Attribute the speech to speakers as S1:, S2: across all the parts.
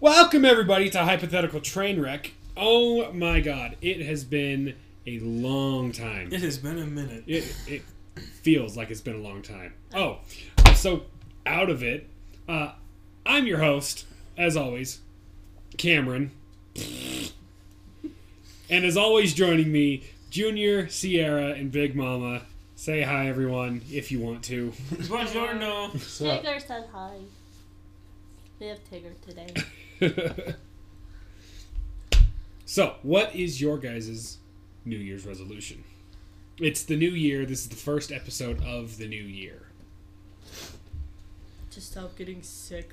S1: Welcome, everybody, to Hypothetical Trainwreck. Oh my god, it has been a long time.
S2: It has been a minute.
S1: It, it feels like it's been a long time. Oh, so out of it, uh, I'm your host, as always, Cameron. And as always, joining me, Junior, Sierra, and Big Mama. Say hi, everyone, if you want to.
S2: Buongiorno.
S3: Tigger said hi. We have Tigger today.
S1: so, what is your guys' New Year's resolution? It's the new year. This is the first episode of the new year.
S3: to stop getting sick.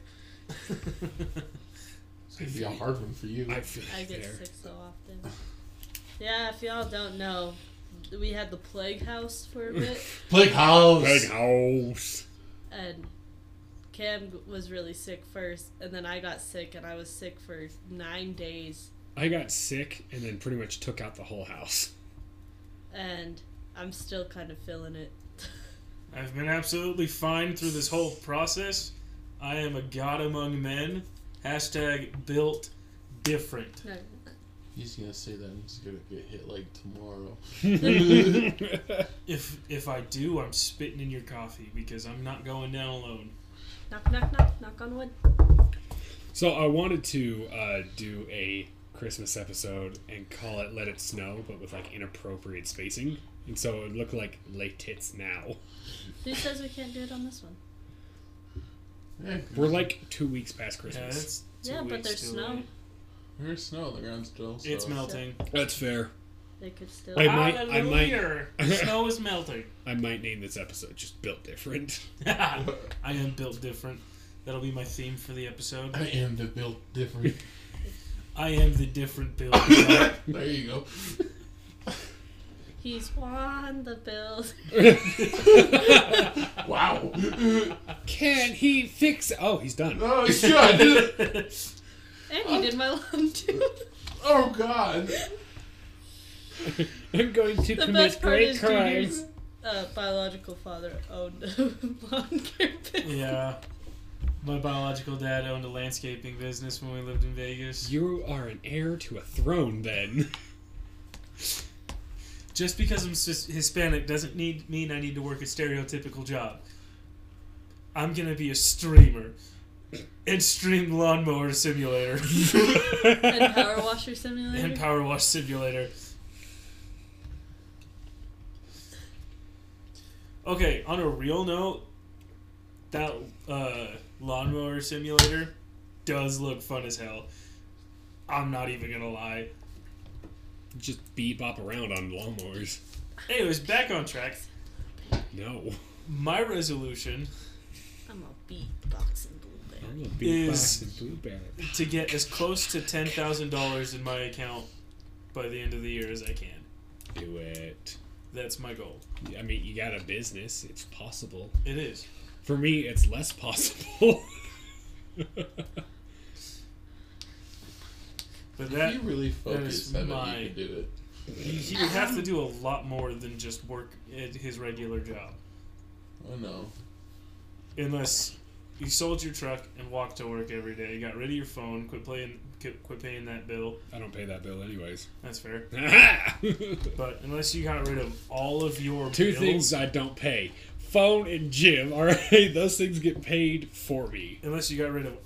S4: It's gonna be a hard one for you.
S1: I feel
S3: I
S1: like
S3: get
S1: there.
S3: sick so often. Yeah, if y'all don't know, we had the plague house for a bit,
S4: Plague House.
S1: Big house.
S3: and Cam was really sick first, and then I got sick, and I was sick for nine days,
S1: I got sick and then pretty much took out the whole house.
S3: and I'm still kind of feeling it.
S2: I've been absolutely fine through this whole process. I am a god among men. Hashtag built different.
S3: No.
S4: He's gonna say that and he's gonna get hit like tomorrow.
S2: If if I do, I'm spitting in your coffee because I'm not going down alone.
S3: knock, knock, knock, knock on wood.
S1: so I wanted to uh, do a Christmas episode and call it "Let It Snow," but with like inappropriate spacing, and so it would look like late tits now.
S3: Who says we can't do it on this one?
S4: Yeah,
S1: We're like two weeks past
S2: Yeah,
S1: Christmas.
S2: it's two
S3: Yeah, but
S2: weeks
S3: there's
S2: too
S3: snow.
S2: late.
S4: there's snow on the ground still. So.
S2: It's melting.
S1: That's fair.
S3: They could still.
S1: I might- I might-
S2: Hallelujah. snow is melting.
S1: I might name this episode just built different.
S2: I am built different. That'll be my theme for the episode.
S4: I am the built different.
S2: I am the different build.
S4: there you go.
S3: He's won the bills.
S4: Wow.
S1: Can he fix? Oh, he's done.
S4: oh shit! I did it.
S3: And he did my lawn too.
S4: Oh god.
S1: I'm going to
S3: The
S1: commit
S3: best part
S1: great
S3: is
S1: crimes.
S3: Junior's uh, biological father owned a lawn care business.
S2: Yeah. My biological dad owned a landscaping business when we lived in Vegas.
S1: You are an heir to a throne, then.
S2: Just because I'm sis- Hispanic doesn't need mean I need to work a stereotypical job. I'm gonna be a streamer and stream lawnmower simulator
S3: And power washer simulator.
S2: and power wash simulator. Okay, on a real note, that uh, lawnmower simulator does look fun as hell. I'm not even gonna lie.
S1: Just bebop around on lawnmowers.
S2: Anyways, back on track.
S1: No.
S2: My resolution
S3: I'm a beatbox and blueberry.
S1: I'm a
S2: Is-
S1: beatbox and blueberry.
S2: to get as close to ten thousand dollars in my account by the end of the year as I can.
S1: Do it.
S2: That's my goal.
S1: I mean, you got a business. It's possible.
S2: It is.
S1: For me, it's less possible.
S2: But
S4: If
S2: that
S4: you really
S2: is
S4: focus, I
S2: my-
S4: mean, you could do it.
S2: he would have to do a lot more than just work at his regular job.
S4: Oh no.
S2: Unless you sold your truck and walked to work every day, got rid of your phone, quit playing, quit, quit paying that bill.
S1: I don't pay that bill, anyways.
S2: That's fair.
S1: Two
S2: But unless you got rid of all of your bills,
S1: things I don't pay phone and gym. All right, those things get paid for me.
S2: unless you got rid of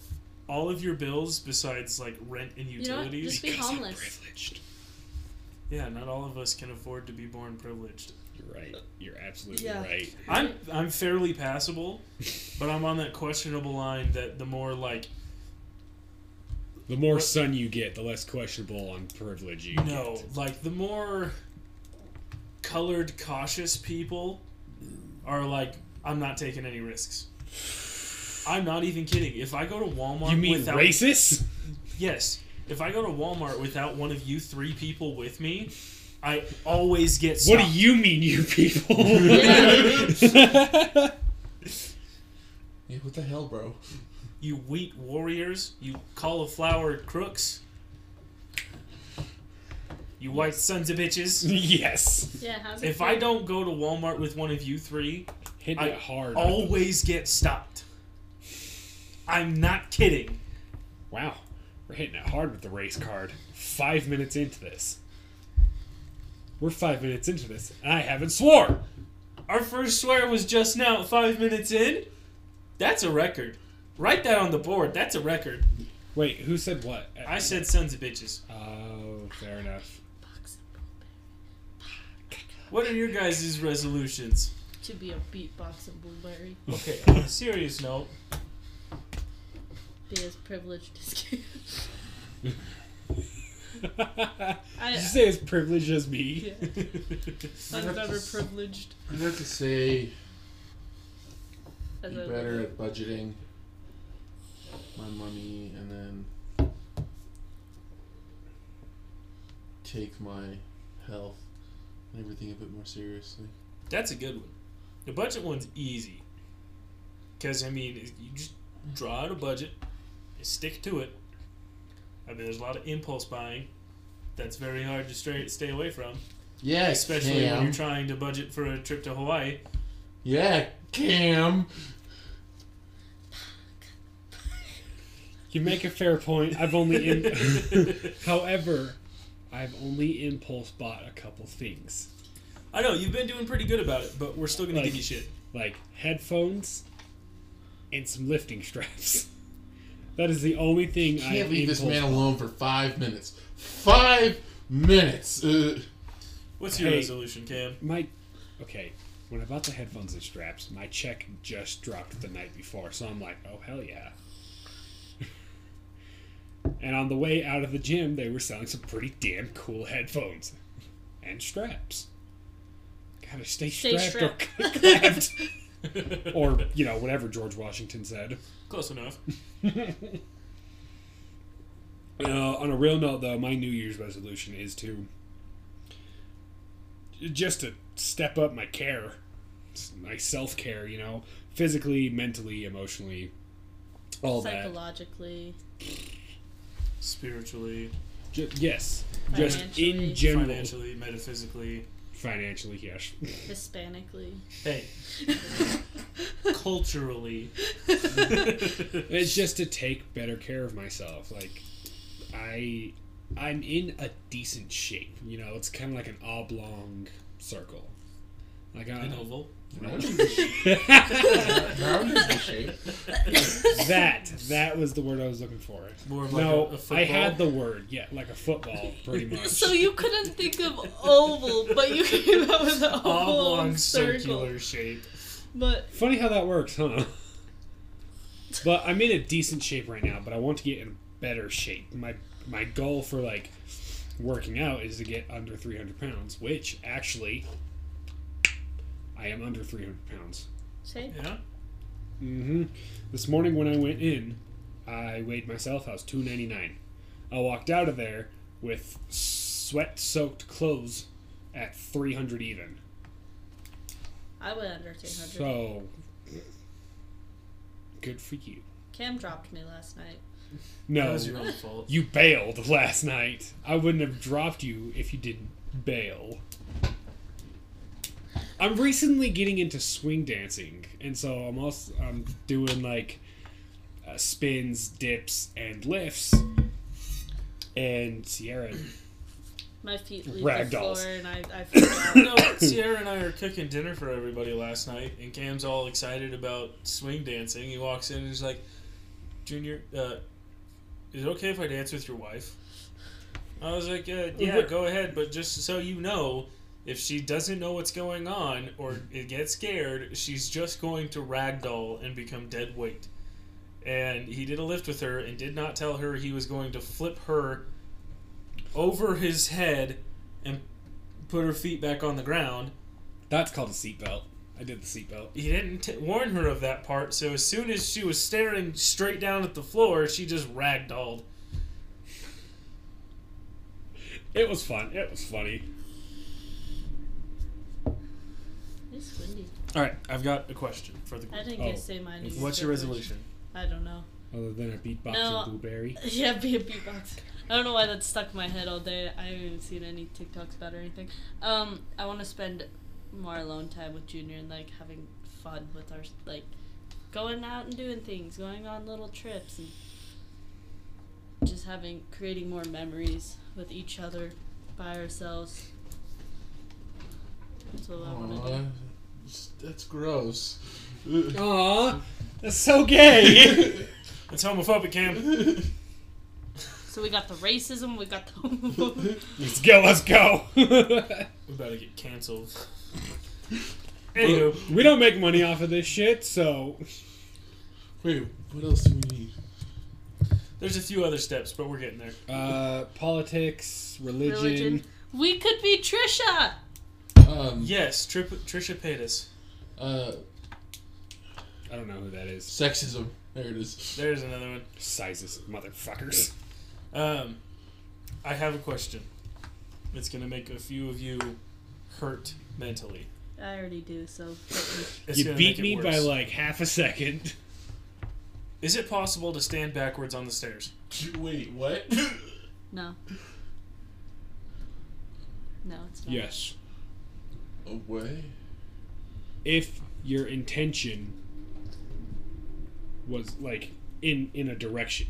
S2: all of your bills besides like rent and
S3: You know what?
S2: utilities.
S3: Just be
S1: Because I'm
S3: homeless.
S1: privileged.
S2: Yeah, not all of us can afford to be born privileged.
S1: You're right. You're absolutely
S3: Yeah.
S1: right.
S2: I'm I'm fairly passable, but I'm on that questionable line that the more like
S1: The more sun you get, the less questionable on privilege you
S2: no, like the more colored cautious people are like I'm not taking any risks. I'm not even kidding. If I go to Walmart
S1: get. You mean
S2: without
S1: racist?
S2: Yes. If I go to Walmart without one of you three people with me, I always get
S1: What
S2: stopped.
S1: do you mean, you people?
S4: Yeah, what the hell, bro?
S2: you wheat warriors, you cauliflower crooks, you white sons of bitches.
S1: yes.
S3: Yeah, how's it
S2: If I
S3: feel?
S2: don't go to Walmart with one of you three,
S1: Hit
S2: I
S1: it hard.
S2: always get stopped. I'm not kidding.
S1: Wow. We're hitting it hard with the race card. Five minutes into this. We're five minutes into this, and I haven't swore.
S2: Our first swear was just now, five minutes in. That's a record. Write that on the board. That's a record.
S1: Wait, who said what?
S2: I said sons of bitches.
S1: Oh, fair enough.
S3: Box and blueberry.
S2: What are your guys' resolutions?
S3: To be a beatbox and blueberry.
S2: Okay, on a serious note,
S3: Be as privileged as can.
S1: Did
S3: I-
S1: you say as privileged as me?
S3: Yeah. I'm never privileged.
S4: I'd have to say,
S3: As
S4: be
S3: I
S4: better
S3: would.
S4: at budgeting my money and then take my health and everything a bit more seriously.
S2: that's a good one. The budget one's easy. Because, I mean, it- you just draw out a budget and stick to it. I mean, there's a lot of impulse buying that's very hard to stray, stay away from.
S4: Yeah,
S2: Especially
S4: Cam.
S2: when you're trying to budget for a trip to Hawaii.
S4: yeah, Cam.
S1: You make a fair point. I've only, im- however, I've only impulse bought a couple things,
S2: I know, you've been doing pretty good about it, but we're still going
S1: Like-
S2: to give you shit.
S1: like headphones and some lifting straps. That is the only thing I
S4: Can't leave this
S1: impulse
S4: man alone for five minutes. Five minutes. Uh,
S2: What's your
S1: Hey.
S2: resolution, Cam?
S1: my okay when i bought the headphones and straps my check just dropped the night before so i'm like oh hell yeah and on the way out of the gym they were selling some pretty damn cool headphones and straps gotta stay,
S3: Stay
S1: strapped,
S3: strapped.
S1: Or, clapped. or you know whatever george washington said
S2: Close enough.
S1: Uh, on a real note, though, my New Year's resolution is to just to step up my care, s- my self care. You know, physically, mentally, emotionally, all that.
S3: Psychologically.
S2: Spiritually,
S1: Ju- yes, just
S3: Financially.
S1: in general,
S2: financially, metaphysically.
S1: financially, yes.
S3: Hispanically.
S2: Hey, culturally.
S1: it's just to take better care of myself. Like, I, I'm in a decent shape. You know, it's kind of like an oblong circle. Like uh, I,
S2: An oval.
S4: round is the shape. Round is the shape.
S1: that that was the word I was looking for.
S2: More of like a,
S1: No,
S2: a
S1: I had
S2: football.
S1: the word. Yeah, like a football, pretty much.
S3: So you couldn't think of oval, but you came up with an oval
S2: oblong
S3: and circle.
S2: circular shape.
S3: But
S1: Funny how that works, huh? But I'm in a decent shape right now. But I want to get in better shape. My my goal for like working out is to get under 300 pounds, which actually I am under 300 pounds.
S3: say
S2: Yeah.
S1: hmm This morning when I went in, I weighed myself. I was 299. I walked out of there with sweat-soaked clothes at 300 even.
S3: I went under 300.
S1: So good for you.
S3: Cam dropped me last night.
S2: That
S1: No,
S2: was your own fault.
S1: you bailed last night. I wouldn't have dropped you if you didn't bail. I'm recently getting into swing dancing, and so I'm also I'm doing like uh, spins, dips, and lifts. And Sierra,
S3: My feet leave the
S1: Ragdolls.
S3: floor and I, I fell out.
S2: No, Sierra and I are cooking dinner for everybody last night, and Cam's all excited about swing dancing. He walks in and he's like, "Junior, uh, is it okay if I dance with your wife?" I was like, uh, "Yeah,
S1: What-
S2: go ahead," but just so you know, if she doesn't know what's going on or it gets scared, she's just going to ragdoll and become dead weight. And he did a lift with her and did not tell her he was going to flip her over his head and put her feet back on the ground.
S1: that's called a seatbelt. I did the seatbelt.
S2: He didn't t- warn her of that part, so as soon as she was staring straight down at the floor, she just ragdolled.
S1: It was fun. It was funny.
S3: It's windy.
S2: All right, I've got a question for the
S3: I
S2: group.
S3: didn't
S1: Oh.
S3: get to say my name.
S2: What's your resolution?
S3: I don't know.
S1: Other than a beatbox
S3: No.
S1: and blueberry.
S3: Yeah, be a beatbox. I don't know why that stuck in my head all day. I haven't even seen any TikToks about it or anything. Um, I want to spend more alone time with Junior and like having fun with our like going out and doing things, going on little trips and just having creating more memories with each other by ourselves. That's what I want to do.
S4: Aw, that's gross.
S1: Aw, that's so gay.
S2: It's homophobic, Cam.
S3: So we got the racism, we got the.
S1: let's go. Let's go.
S2: We're about to get canceled. Anywho,
S1: we don't make money off of this shit, so
S4: Wait, what else do we need?
S2: there's a few other steps, but we're getting there.
S1: uh, politics, religion.
S3: Religion. we could be Trisha!
S4: Um,
S2: Yes, Trip- Trisha Paytas.
S4: uh,
S1: I don't know who that is.
S4: sexism. There it is.
S2: There's another one.
S1: Sizes, motherfuckers.
S2: Um, I have a question. It's gonna make a few of you hurt mentally.
S3: I already do, so.
S2: It's
S1: you
S2: gonna
S1: beat
S2: make it
S1: me by
S2: worse.
S1: like half a second.
S2: Is it possible to stand backwards on the stairs?
S4: Wait, what?
S3: No. No, it's not.
S1: Yes.
S4: Away?
S1: if your intention was like in in a direction.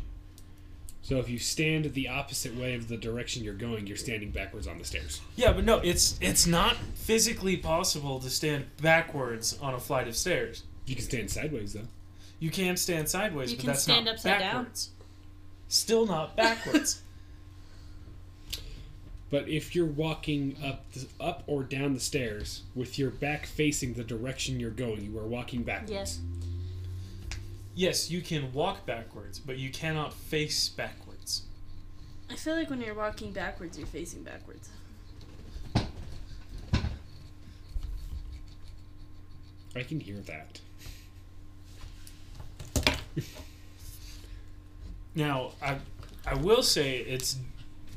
S1: So if you stand the opposite way of the direction you're going, you're standing backwards on the stairs.
S2: Yeah, but no, it's it's not physically possible to stand backwards on a flight of stairs.
S1: You can stand sideways though.
S2: You can stand sideways,
S3: You
S2: but
S3: can
S2: that's
S3: stand
S2: not
S3: upside down.
S2: backwards. Still not backwards.
S1: But if you're walking up the, up or down the stairs with your back facing the direction you're going, you are walking backwards.
S3: Yes.
S2: yes, you can walk backwards, but you cannot face backwards.
S3: I feel like when you're walking backwards, you're facing backwards.
S1: I can hear that.
S2: Now, I I will say it's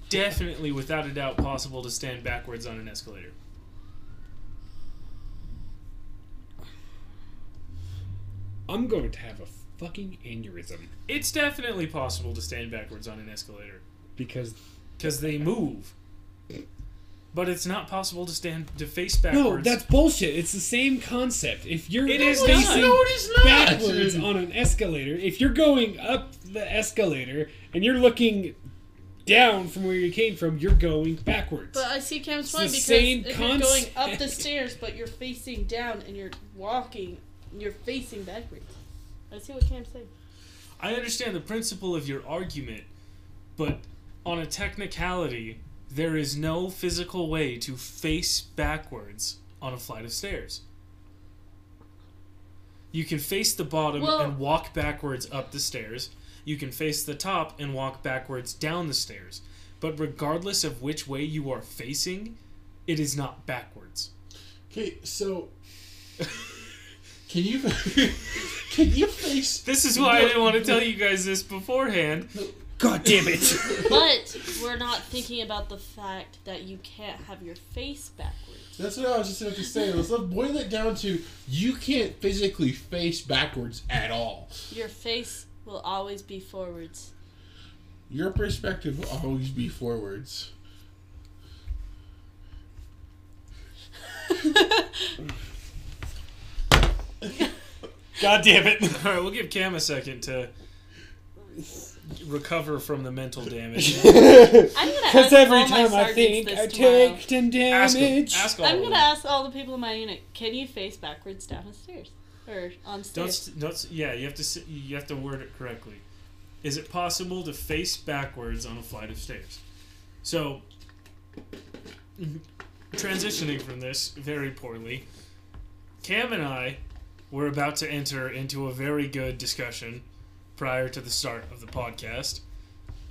S2: definitely without a doubt possible to stand backwards on an escalator.
S1: I'm going to have a fucking aneurysm
S2: It's definitely possible to stand backwards on an escalator
S1: because
S2: because they move. But it's not possible to stand to face backwards.
S1: no, that's bullshit. It's the same concept. If you're
S2: It is
S1: facing
S2: not.
S4: No, it is not!
S1: backwards on an escalator, if you're going up the escalator and you're looking down from where you came from, you're going backwards.
S3: But I see
S1: It's
S3: Cam's
S1: the
S3: point because
S1: same
S3: if you're going up the
S1: concept.
S3: stairs, but you're facing down and you're walking, you're facing backwards. I see what Cam's saying.
S2: I understand the principle of your argument, but on a technicality, there is no physical way to face backwards on a flight of stairs. You can face the bottom
S3: Well-
S2: and walk backwards up the stairs. You can face the top and walk backwards down the stairs. But regardless of which way you are facing, it is not backwards.
S4: Okay, so. Can you. Can you face.
S2: This is why I didn't want to tell you guys this beforehand.
S1: God damn it!
S3: But we're not thinking about the fact that you can't have your face backwards.
S4: That's what I was just about to say. Let's let- boil it down to you can't physically face backwards at all.
S3: Your face will always be forwards.
S4: Your perspective will always be forwards.
S1: God damn it!
S2: All right, we'll give Cam a second to recover from the mental damage.
S3: I'm gonna
S1: Because
S3: ask
S1: every
S3: all
S1: time I
S3: my sergeants
S1: think,
S3: this
S1: I
S3: tomorrow.
S1: take ten
S2: ask him.
S1: damage.
S2: Ask all
S3: I'm
S2: of
S3: gonna
S2: them.
S3: ask all the people in my unit. Can you face backwards down the stairs or on
S2: Don't, s-
S3: stairs?
S2: don't. s- Yeah, you have to. s- You have to word it correctly. Is it possible to face backwards on a flight of stairs? So, transitioning from this very poorly, Cam and I were about to enter into a very good discussion prior to the start of the podcast,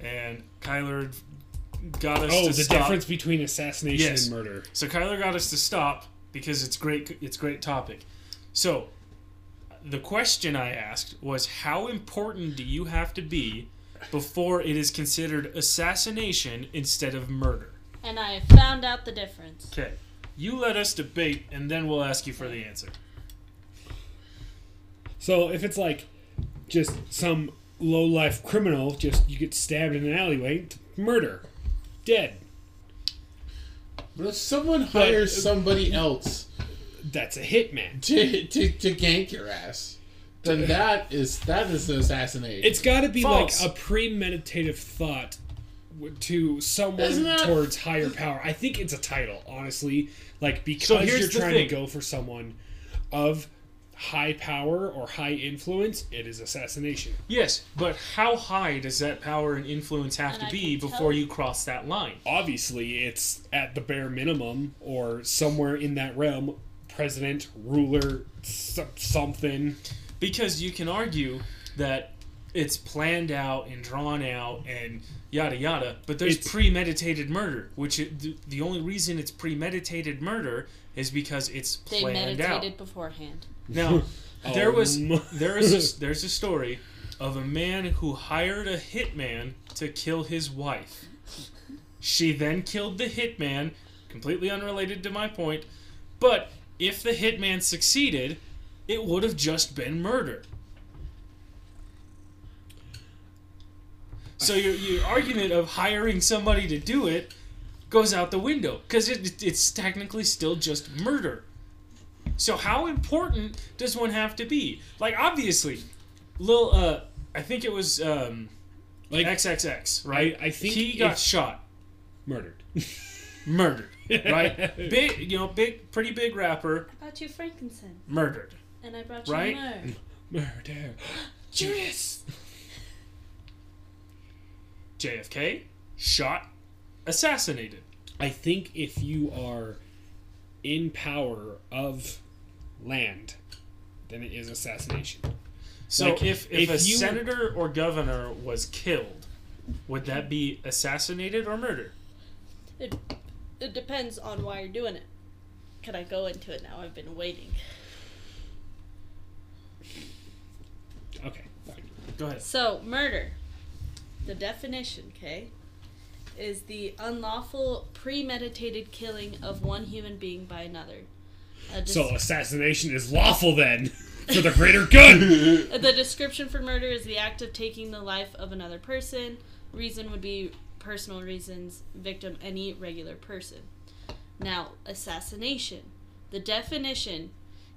S2: and Kyler got us
S1: Oh,
S2: to
S1: the
S2: stop.
S1: difference between assassination
S2: Yes.
S1: and murder.
S2: So Kyler got us to stop because it's great. It's great topic. So the question I asked was, how important do you have to be before it is considered assassination instead of murder?
S3: And I found out the difference.
S2: Okay. You let us debate, and then we'll ask you for the answer.
S1: So if it's like just some low life criminal, just you get stabbed in an alleyway, t- murder, dead.
S4: But if someone hires somebody else
S1: That's a hitman.
S4: to, to, to gank your ass, Then that is that is an assassination.
S1: It's got to be
S2: False.
S1: like a premeditative thought w- to someone
S4: Isn't that-
S1: towards higher power. I think it's a title, honestly. Like because
S2: here's
S1: you're
S2: the
S1: trying
S2: thing.
S1: to go for someone of high power or high influence, it is assassination.
S2: Yes, but how high does that power and influence have
S3: And
S2: to
S3: I
S2: be
S3: can tell-
S2: before you cross that line?
S1: Obviously, it's at the bare minimum or somewhere in that realm. President, ruler, so- something.
S2: Because you can argue that it's planned out and drawn out and yada yada, but there's
S1: It's-
S2: premeditated murder, which it, the, the only reason it's premeditated murder is because it's
S3: They
S2: planned out.
S3: meditated beforehand.
S2: Now, there was
S1: Um.
S2: there is there's a story of a man who hired a hitman to kill his wife. She then killed the hitman, completely unrelated to my point. But if the hitman succeeded, it would have just been murder. So your, your argument of hiring somebody to do it goes out the window because it, it's technically still just murder. So how important does one have to be? Like obviously, Lil, uh, I think it was um,
S1: Like
S2: XXX, right?
S1: I- I think
S2: he got
S1: if-
S2: shot,
S1: murdered.
S2: murdered, right? big, you know, big, pretty big rapper,
S3: I brought you frankincense,
S2: murdered.
S3: and I brought
S2: you
S3: you
S2: Right?
S3: myrrh.
S1: Murder.
S3: Judas.
S2: JFK, shot, assassinated.
S1: I think if you are in power of land, then it is assassination.
S2: So
S1: Like,
S2: if
S1: if
S2: if, a
S1: you-
S2: senator or governor was killed, would that be assassinated or murder?
S3: It, it depends on why you're doing it. Can I go into it now? I've been waiting.
S1: Okay. fine.
S2: Go ahead.
S3: So, murder. The definition, okay, is the unlawful premeditated killing of one human being by another. A des-
S1: So assassination is lawful then for the greater good.
S3: the description for murder is the act of taking the life of another person. Reason would be personal reasons, victim, any regular person. Now, assassination. The definition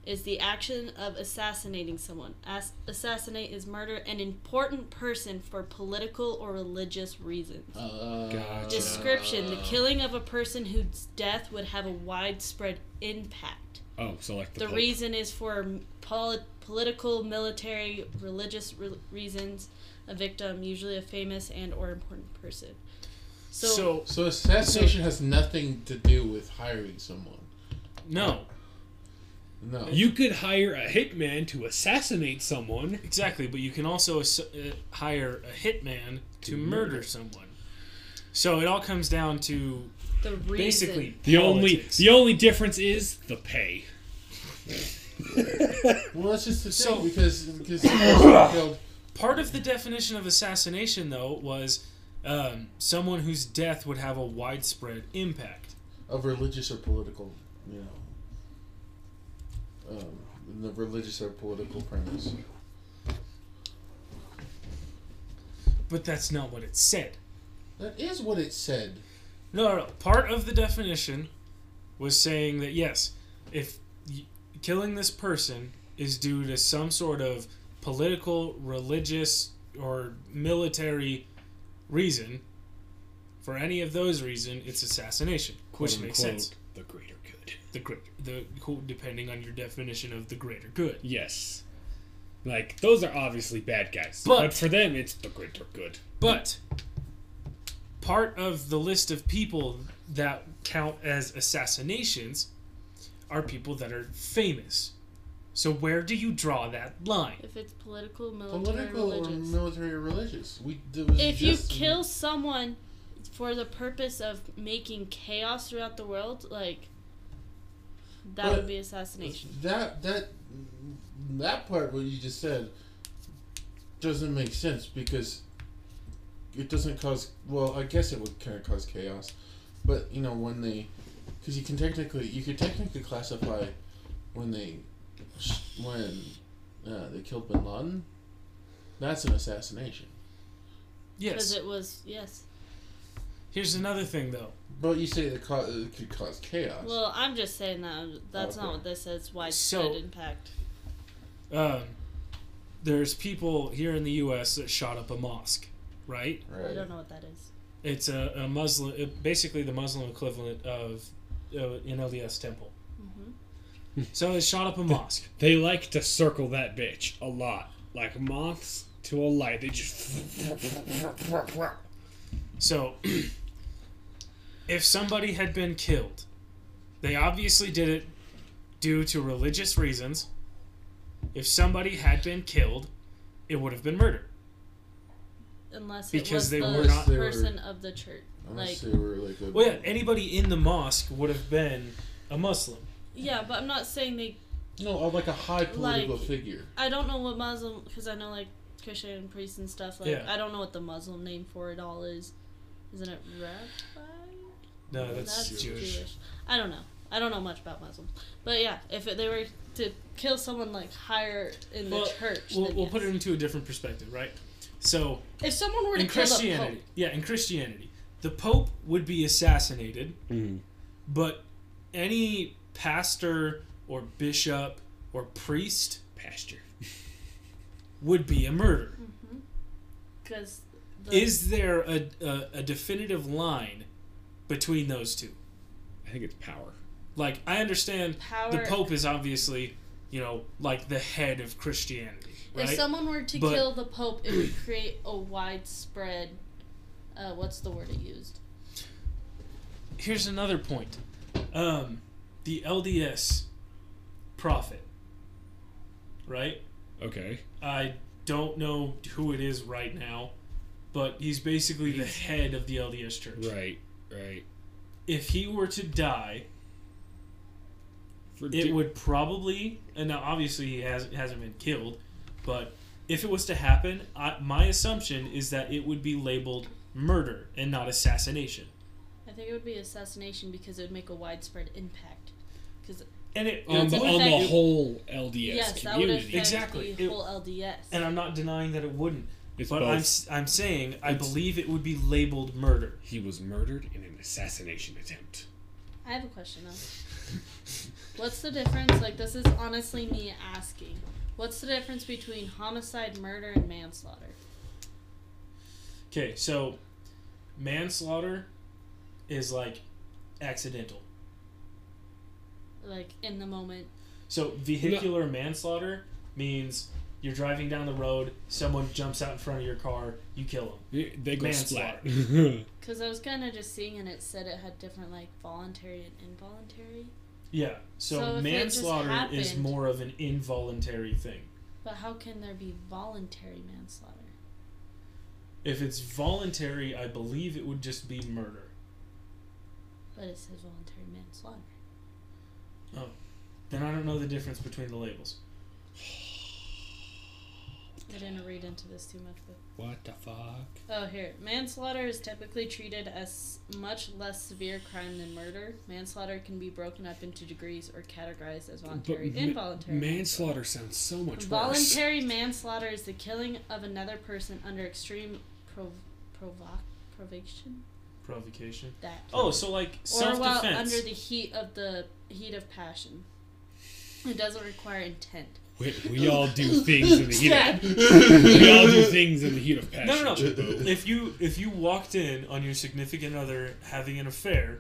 S3: is the action of assassinating someone. As- assassinate is murder an important person for political or religious reasons.
S4: Uh,
S1: Gotcha.
S3: Description The killing of a person whose death would have a widespread impact.
S1: Oh, so like the,
S3: The
S1: Pope.
S3: reason is for poli- political, military, religious re- reasons. A victim, usually a famous and or important person. So,
S2: so
S4: So assassination has nothing to do with hiring someone.
S2: no,
S4: No.
S1: You could hire a hitman to assassinate someone.
S2: Exactly, but you can also ass- uh, hire a hitman to,
S1: To
S2: murder.
S1: murder.
S2: someone. So it all comes down to
S3: the reason.
S2: basically
S1: The
S2: politics.
S1: only the only difference is the pay.
S4: well, that's just the thing
S2: So-
S4: because because the person killed.
S2: part of the definition of assassination though was um, someone whose death would have a widespread impact.
S4: of religious or political, you know, um, the religious or political premise.
S2: But that's not what it said.
S4: That is what it said.
S2: No, no, no. Part of the definition was saying that yes, if y- killing this person is due to some sort of political, religious, or military reason, for any of those reasons, it's assassination, which
S1: Quote,
S2: makes
S1: unquote,
S2: sense.
S1: The greater good.
S2: The great, the cool, depending on your definition of the greater good.
S1: Yes. Like those are obviously bad guys,
S2: But-
S1: but for them it's the greater good.
S2: But part of the list of people that count as assassinations are people that are famous. So where do you draw that line?
S3: if it's political, military,
S4: Political or
S3: religious.
S4: military or religious. We it was
S3: if you
S4: just-
S3: kill someone for the purpose of making chaos throughout the world, like that
S4: But-
S3: would be assassination.
S4: that that that part what you just said doesn't make sense because it doesn't cause well I guess it would kind of cause chaos, but you know when they because you can technically you could technically classify when they when uh, they killed Bin Laden that's an assassination.
S3: Because
S2: Yes.
S3: it was yes.
S2: Here's another thing though.
S4: But you say it, ca- it could cause chaos.
S3: Well, I'm just saying that that's not
S4: Okay.
S3: what this is. Widespread
S2: So-
S3: impact.
S2: Um, there's people here in the U.S. that shot up a mosque, right?
S3: I
S4: Right.
S3: don't know what that is.
S2: It's a, a Muslim, it- basically the Muslim equivalent of uh, an LDS temple.
S3: Mhm.
S2: So they shot up a mosque.
S1: They like to circle that bitch a lot, like moths to a light. They just.
S2: So, if somebody had been killed, they obviously did it due to religious reasons. If somebody had been killed, it would have been murder.
S3: Unless it
S2: Because
S3: was
S2: they
S3: the
S2: were not-
S4: They were-
S3: person of the church. Like,
S4: Unless they were like a.
S2: Well, yeah, anybody in the mosque would have been a Muslim.
S3: yeah, but I'm not saying they.
S4: No, or like a high political
S3: Like-
S4: figure.
S3: I don't know what Muslim because I know like Christian priests and stuff. Like,
S2: Yeah.
S3: I don't know what the Muslim name for it all is. Isn't it rabbi?
S2: No, that's,
S3: That's
S2: Jewish.
S3: Jewish. I don't know. I don't know much about Muslims, but yeah, if it, they were to kill someone like higher in the
S2: Well,
S3: church,
S2: We'll,
S3: then
S2: we'll put it
S3: yes.
S2: into a different perspective, right? So,
S3: If someone were to
S2: in
S3: kill the
S2: Christianity,
S3: pope,
S2: yeah, in Christianity, the Pope would be assassinated, but any pastor or bishop or priest
S1: Pasture.
S2: would be a murder.
S3: because
S2: Is there a, a, a definitive line between those two?
S1: I think it's power.
S2: Like, I understand the
S3: Power-
S2: Pope is obviously, you know, like the head of Christianity, right?
S3: if someone were to
S2: But-
S3: kill the pope, it would create a widespread. Uh, what's the word it used?
S2: Here's another point um, the LDS prophet, right?
S1: Okay.
S2: I don't know who it is right now, but he's basically the head of the LDS church.
S1: Right. Right.
S2: If he were to die,
S1: For
S2: it
S1: di-
S2: would probably and now obviously he has hasn't been killed but if it was to happen I, my assumption is that it would be labeled murder and not assassination
S3: I think it would be assassination because it would make a widespread impact. Because
S2: and it
S1: on the,
S3: would
S1: on the
S3: affect-
S1: whole LDS
S3: yes, that would affect
S1: community.
S2: Exactly.
S3: the
S2: It-
S3: whole LDS.
S2: and i'm not denying that it wouldn't
S1: It's
S2: but
S1: both.
S2: I'm, s- I'm saying i
S1: It's-
S2: believe it would be labeled murder
S1: He was murdered in an assassination attempt.
S3: I have a question though. What's the difference? Like, this is honestly me asking. What's the difference between homicide, murder, and manslaughter?
S2: okay so manslaughter is like accidental
S3: Like, in the moment.
S2: So vehicular manslaughter means you're driving down the road, someone jumps out in front of your car, you kill them.
S1: Y- They go splat.
S3: Because I was kind of just seeing, and it said it had different, like, voluntary and involuntary.
S2: Yeah. So,
S3: So if it just
S2: manslaughter is
S3: happened-
S2: more of an involuntary thing.
S3: But how can there be voluntary manslaughter?
S2: If it's voluntary, I believe it would just be murder.
S3: But it says voluntary manslaughter.
S2: Then I don't know the difference between the labels.
S3: I didn't read into this too much, but.
S1: what the fuck?
S3: Oh, here. Manslaughter is typically treated as much less severe crime than murder. Manslaughter can be broken up into degrees or categorized as voluntary,
S1: ma-
S3: involuntary.
S1: Manslaughter sounds so much worse.
S3: Voluntary manslaughter is the killing of another person under extreme prov- provoc provocation.
S2: Provocation.
S3: That
S2: Oh, so like
S3: or
S2: self
S3: while
S2: defense.
S3: under the heat of the heat of passion. It doesn't require intent.
S1: We, we all do things in the heat. Of,
S3: Stab.
S1: we all do things in the heat of passion.
S2: no, no, no.
S1: Jimbo.
S2: if you if you walked in on your significant other having an affair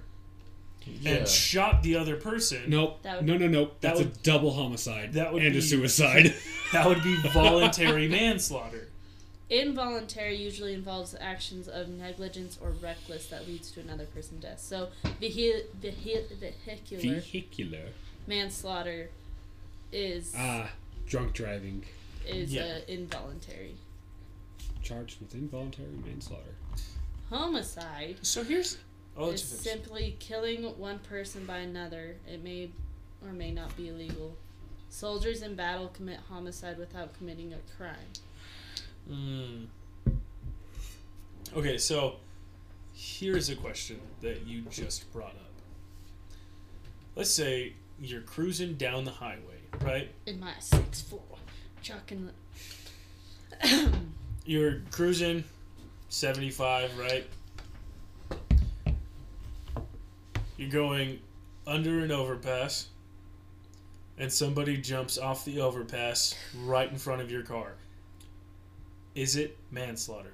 S4: Yeah.
S2: and shot the other person,
S1: Nope.
S3: That would-
S1: no, no, no. That's
S2: would-
S1: a double homicide.
S2: That would
S1: and
S2: be-
S1: a suicide.
S2: that would be voluntary manslaughter.
S3: Involuntary usually involves actions of negligence or reckless that leads to another person's death. So vehi- vehi- vehicular
S1: Vehicular.
S3: manslaughter is
S1: Ah, drunk driving
S3: is
S2: yeah.
S3: uh, involuntary.
S1: charged with involuntary manslaughter.
S3: Homicide
S2: So here's. I'll let
S3: is
S2: you finish.
S3: simply killing one person by another. It may or may not be illegal. Soldiers in battle commit homicide without committing a crime.
S2: Mm. Okay, so here's a question that you just brought up. Let's say you're cruising down the highway, right?
S3: In my six four chucking.
S2: You're cruising 75, right? You're going under an overpass, and somebody jumps off the overpass right in front of your car. Is it manslaughter?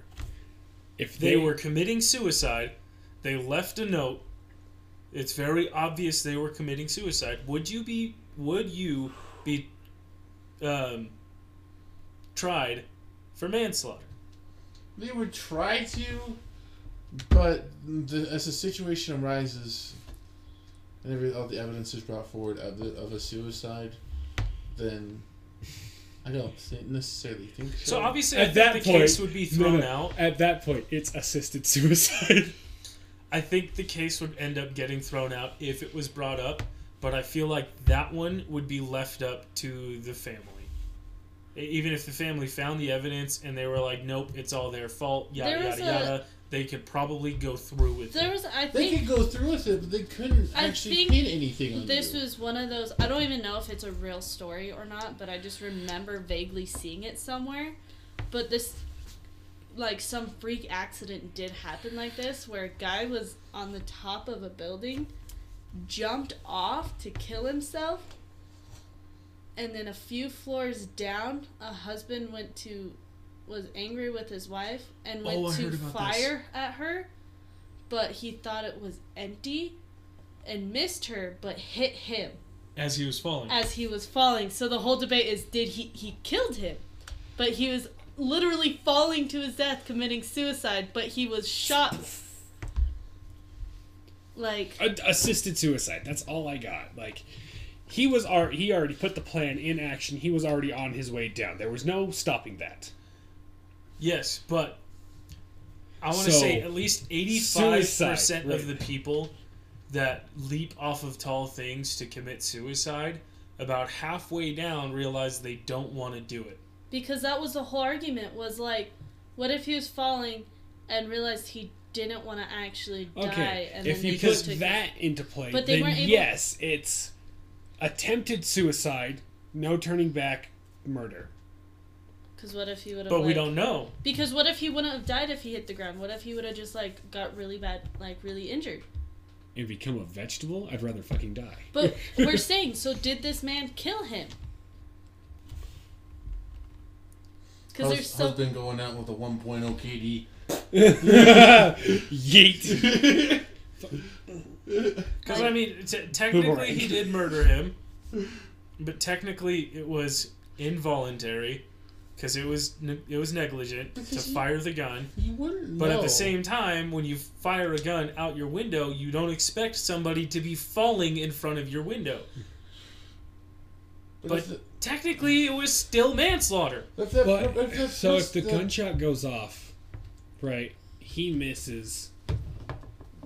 S1: If
S2: They were committing suicide. They left a note. It's very obvious they were committing suicide. Would you be? Would you be um, tried for manslaughter?
S4: They would try to, but the, as the situation arises, and every, all the evidence is brought forward of, the, of a suicide, then I don't thi- necessarily think so.
S2: So obviously, I
S1: at
S2: think
S1: that
S2: the
S1: point,
S2: case would be thrown
S1: no, no.
S2: out.
S1: At that point, it's assisted suicide.
S2: I think the case would end up getting thrown out if it was brought up, but I feel like that one would be left up to the family. E- Even if the family found the evidence and they were like, "Nope, it's all their fault," yada
S3: There was
S2: yada
S3: a-
S2: yada, they could probably go through with
S3: There
S2: it.
S3: was, I
S4: they
S3: think,
S4: could go through with it, but they couldn't
S3: I
S4: actually
S3: think
S4: pin anything on
S3: this
S4: you.
S3: was one of those. I don't even know if it's a real story or not, but I just remember vaguely seeing it somewhere. But this, like, some freak accident did happen like this where a guy was on the top of a building, jumped off to kill himself, and then a few floors down, a husband went to. Was angry with his wife and went
S2: Oh, I
S3: to
S2: heard about this.
S3: fire at her, but he thought it was empty and missed her, but hit him
S2: As he was falling,
S3: as he was falling. So the whole debate is did he he killed him? But he was literally falling to his death, committing suicide, but he was shot like
S1: A- assisted suicide. That's all I got. Like he was already he already put the plan in action. He was already on his way down. There was no stopping that.
S2: yes, but I want to
S1: So,
S2: say at least eighty-five
S1: suicide,
S2: percent
S1: right.
S2: of the people that leap off of tall things to commit suicide, about halfway down, realize they don't want to do it.
S3: because that was the whole argument was like what if he was falling and realized he didn't want to actually die
S1: Okay,
S3: and
S1: if
S3: then
S1: you
S3: they
S1: put
S3: just took
S1: that into play,
S3: But they
S1: then
S3: weren't able-
S1: yes, it's attempted suicide, no turning back, murder.
S3: cuz what if he would have
S2: But we
S3: like-
S2: don't know.
S3: Because what if he wouldn't have died if he hit the ground? What if he would have just like got really bad, like really injured?
S1: And become a vegetable? I'd rather fucking die.
S3: But we're saying, so did this man kill him? Because
S4: Hus-
S3: there's so
S4: husband going out with a 1.0 KD.
S1: Yeet.
S2: Because I mean, t-
S1: Boomerang.
S2: technically he did murder him, but technically it was involuntary, because it was ne- it was negligent to
S4: Because you-
S2: fire the gun.
S4: You wouldn't
S2: But
S4: know.
S2: at the same time, when you fire a gun out your window, you don't expect somebody to be falling in front of your window.
S4: But
S2: But
S4: if the-
S2: technically, it was still manslaughter.
S4: if the-
S1: But
S4: if the
S1: so if
S4: first-
S1: the gunshot goes off, right, he misses.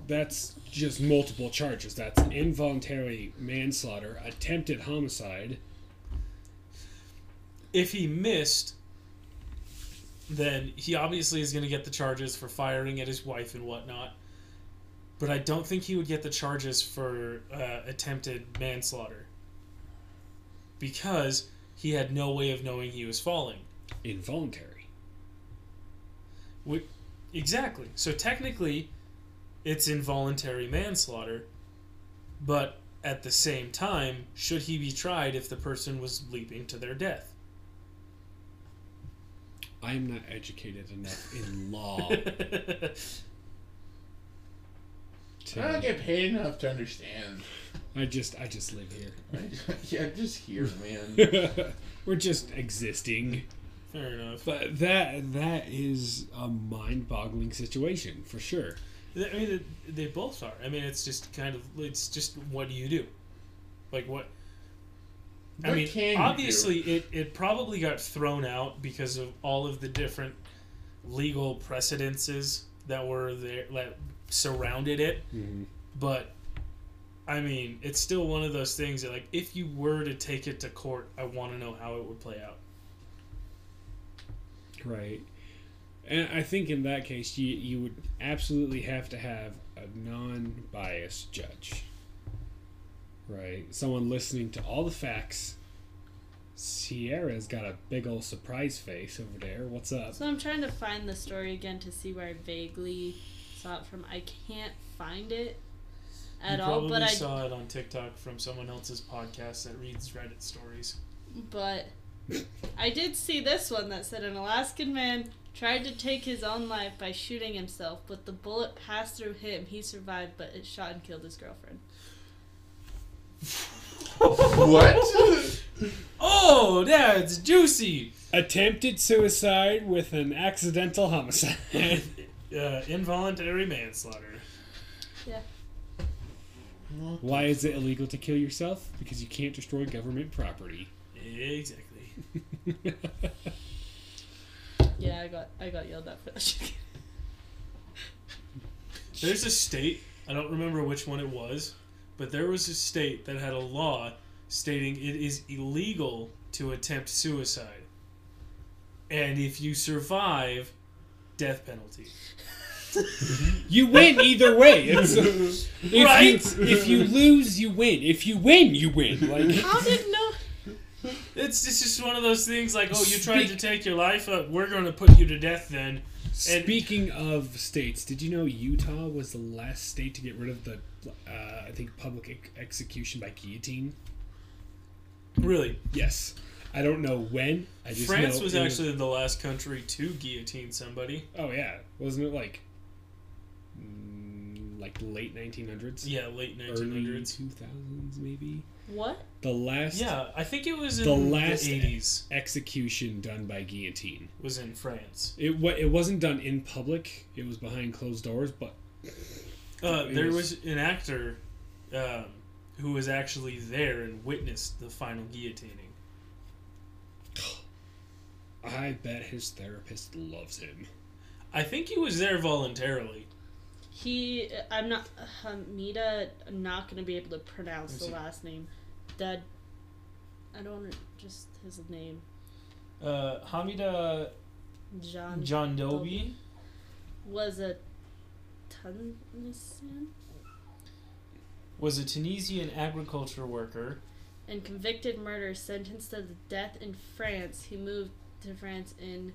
S1: That's just multiple charges. That's involuntary manslaughter, attempted homicide.
S2: If he missed, then he obviously is going to get the charges for firing at his wife and whatnot. But I don't think he would get the charges for uh, attempted manslaughter because he had no way of knowing he was falling.
S1: Involuntary.
S2: Wh- Exactly. So technically, it's involuntary manslaughter, but at the same time, should he be tried if the person was leaping to their death?
S1: I am not educated enough in law
S4: I don't
S1: to.
S4: get paid enough to understand.
S1: I just, I just live
S4: yeah, I'm just here, man.
S1: here. We're just existing.
S2: Fair enough.
S1: But that, that is a mind-boggling situation for sure.
S2: Th- I mean, th- they both are. I mean, it's just kind of it's just what do you do? Like what? I
S4: What
S2: mean,
S4: can you do?
S2: obviously, it it probably got thrown out because of all of the different legal precedences that were there that surrounded it.
S1: Mm-hmm.
S2: But I mean, it's still one of those things that like if you were to take it to court, I want to know how it would play out.
S1: Right. And I think in that case, you, you would absolutely have to have a non biased judge. Right? Someone listening to all the facts. Sierra's got a big old surprise face over there. What's up?
S3: So I'm trying to find the story again to see where I vaguely saw it from. I can't find it at
S2: you
S3: all.
S2: probably
S3: But I
S2: saw it on TikTok from someone else's podcast that reads Reddit stories.
S3: but I did see this one that said an Alaskan man tried to take his own life by shooting himself, but the bullet passed through him. He survived, but it shot and killed his girlfriend.
S4: What?
S2: Oh, that's juicy.
S1: Attempted suicide with an accidental homicide.
S2: Uh, involuntary manslaughter.
S1: Why is it illegal to kill yourself? Because you can't destroy government property.
S2: Exactly.
S3: Yeah, I got I got yelled at for that. shit.
S2: There's a state, I don't remember which one it was, but there was a state that had a law stating it is illegal to attempt suicide. And if you survive, death penalty.
S1: You win either way. It's, if
S2: Right?
S1: You, if you lose, you win. If you win, you win. Like
S3: How did no?
S2: It's, it's just one of those things like, oh, you tried to
S1: Speak-
S2: take your life up, we're going to put you to death then.
S1: speaking of states, did you know Utah was the last state to get rid of the, uh, I think, public ex- execution by guillotine?
S2: Really,
S1: Yes. I don't know when. I just
S2: France
S1: know
S2: was
S1: it
S2: actually the last country to guillotine somebody.
S1: Oh yeah, wasn't it like, mm, like late 1900s,
S2: Yeah, late
S1: early
S2: 1900s.
S1: 2000s maybe?
S3: What?
S1: The last
S2: Yeah, I think it was in
S1: The
S2: the,
S1: last-
S2: 80s.
S1: execution done by guillotine.
S2: Was in France.
S1: It wa it wasn't done in public. It was behind closed doors, but
S2: Uh,
S1: It
S2: there
S1: was-
S2: was an actor um, who was actually there and witnessed the final guillotining.
S1: I bet his therapist loves him.
S2: I think he was there voluntarily.
S3: He, I'm not Hamida. I'm not gonna be able to pronounce the
S2: Is it-
S3: last name. That I don't wanna- just his name.
S2: Uh, Hamida
S3: John
S2: John
S3: Dobie.
S2: Dobie.
S3: was a Tunisian
S2: was a Tunisian agriculture worker.
S3: and convicted murder, sentenced to the death in France. He moved to France in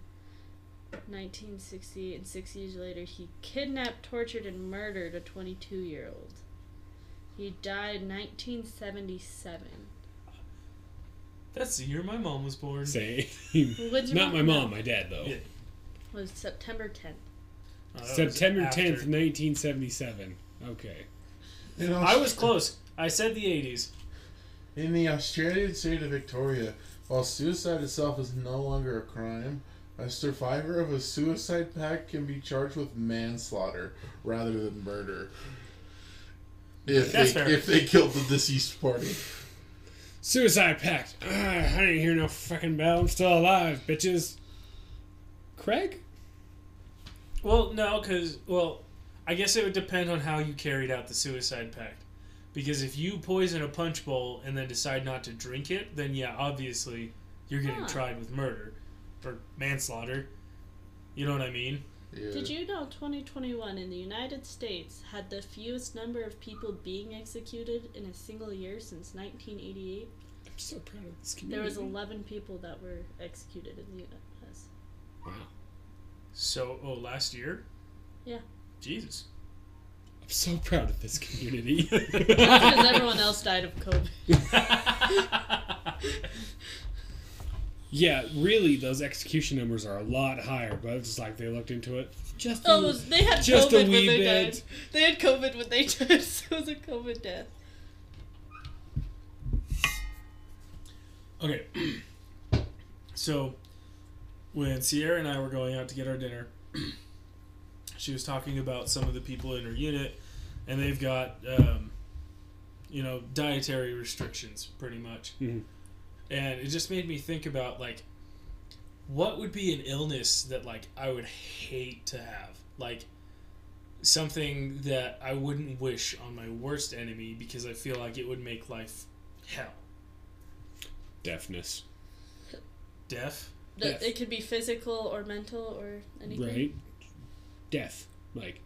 S3: 1960, and six years later, he kidnapped, tortured, and murdered a 22-year-old. He died 1977.
S2: That's the year my mom was born.
S1: Say,
S3: What's your
S1: not my
S3: mom-
S1: mom, my dad though.
S2: Yeah.
S3: was September 10th.
S2: Uh, that was
S1: September
S2: after.
S1: 10th, 1977. Okay.
S4: In Aus-
S2: I was close. I said the 80s.
S4: in the Australian state of Victoria. While suicide itself is no longer a crime, a survivor of a suicide pact can be charged with manslaughter rather than murder. If
S2: That's
S4: they,
S2: fair.
S4: if they killed the deceased party.
S1: Suicide pact. Ah, I didn't hear no fucking bell. I'm still alive, bitches. Craig?
S2: Well, no, because well, I guess it would depend on how you carried out the suicide pact. Because if you poison a punch bowl and then decide not to drink it, then yeah, obviously you're getting
S3: Huh.
S2: tried with murder or manslaughter. You know what I mean?
S4: Yeah.
S3: Did you know 2021 in the United States had the fewest number of people being executed in a single year since 1988?
S1: I'm so proud of this
S3: There
S1: community.
S3: was 11 people that were executed in the U.S.
S1: Wow.
S2: So, oh, last year.
S3: Yeah.
S2: Jesus.
S1: I'm so proud of this community.
S3: Because everyone else died of COVID.
S1: Yeah, really, those execution numbers are a lot higher, but it's just like they looked into it. Just a
S3: Oh, it was- they had
S1: Just a
S3: COVID when
S1: wee
S3: they
S1: bit.
S3: died. They had COVID when they died, so it was a COVID death.
S2: Okay. so, when Sierra and I were going out to get our dinner, she was talking about some of the people in her unit, and they've got, um, you know, dietary restrictions pretty much.
S1: Mhm.
S2: And it just made me think about, like, what would be an illness that, like, I would hate to have? Like, something that I wouldn't wish on my worst enemy because I feel like it would make life hell.
S1: deafness,
S2: Deaf?
S3: Th-
S1: Death.
S3: It could be physical or mental or anything.
S1: right? Deaf. Like,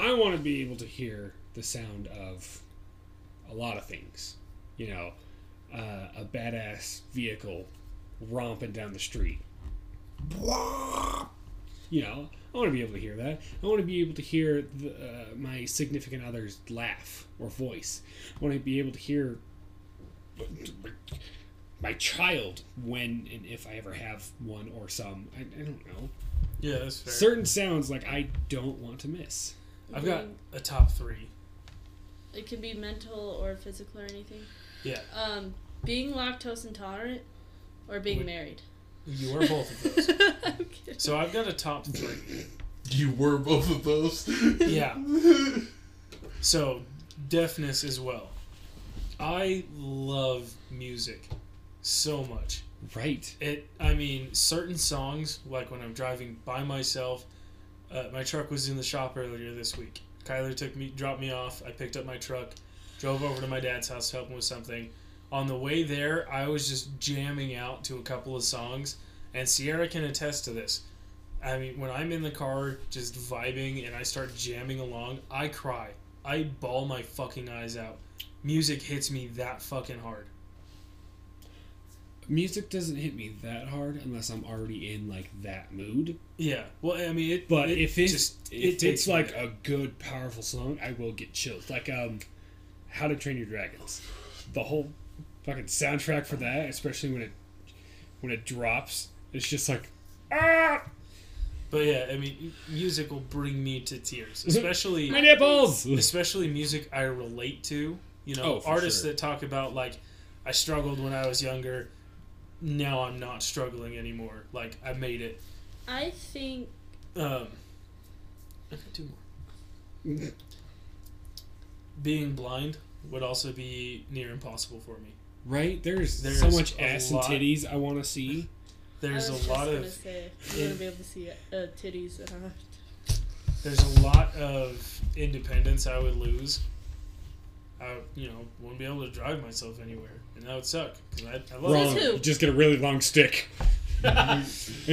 S1: I want to be able to hear the sound of a lot of things. You know, uh, a badass vehicle romping down the street. You know, I want to be able to hear that. I want to be able to hear the, uh, my significant other's laugh or voice. I want to be able to hear my child when and if I ever have one or some. I, I don't know.
S2: Yeah, that's fair.
S1: Certain sounds like I don't want to miss.
S2: I've got a top three.
S3: It can be mental or physical or anything.
S2: Yeah.
S3: Um, being lactose intolerant or being
S2: Would-
S3: married.
S2: You were both of those.
S3: I'm kidding.
S2: So I've got a top three.
S4: You were both of those.
S2: Yeah. So deafness as well. I love music so much.
S1: Right.
S2: It. I mean, certain songs, like when I'm driving by myself. Uh, my truck was in the shop earlier this week. Kyler took me, dropped me off. I picked up my truck, drove over to my dad's house to help him with something. On the way there, I was just jamming out to a couple of songs, and Sierra can attest to this. I mean, when I'm in the car just vibing and I start jamming along, I cry. I ball my fucking eyes out. Music hits me that fucking hard.
S1: Music doesn't hit me that hard unless I'm already in like that mood.
S2: Yeah. Well, I mean, it.
S1: But if it's if
S2: takes
S1: it's
S2: me
S1: like
S2: there.
S1: a good powerful song, I will get chills. Like um, How to Train Your Dragons, the whole fucking soundtrack for that, especially when it when it drops, it's just like ah
S2: But yeah, I mean, music will bring me to tears, especially
S1: my nipples.
S2: especially music I relate to. You know,
S1: Oh, for
S2: artists
S1: sure.
S2: that talk about like I struggled when I was younger. Now I'm not struggling anymore. Like I made it.
S3: I think
S2: Um, I could do more. Being blind would also be near impossible for me.
S1: Right? There's,
S2: There's
S1: so much
S2: a
S1: ass
S2: lot.
S1: and titties I want to see.
S2: There's
S3: I was
S2: a
S3: just
S2: lot
S3: gonna
S2: of
S3: say you want to be able to see uh, titties. And all.
S2: there's a lot of independence I would lose. I you know wouldn't be able to drive myself anywhere, and that would suck because I, I love
S1: Wrong.
S3: who?
S1: You just get a really long stick
S2: but
S1: and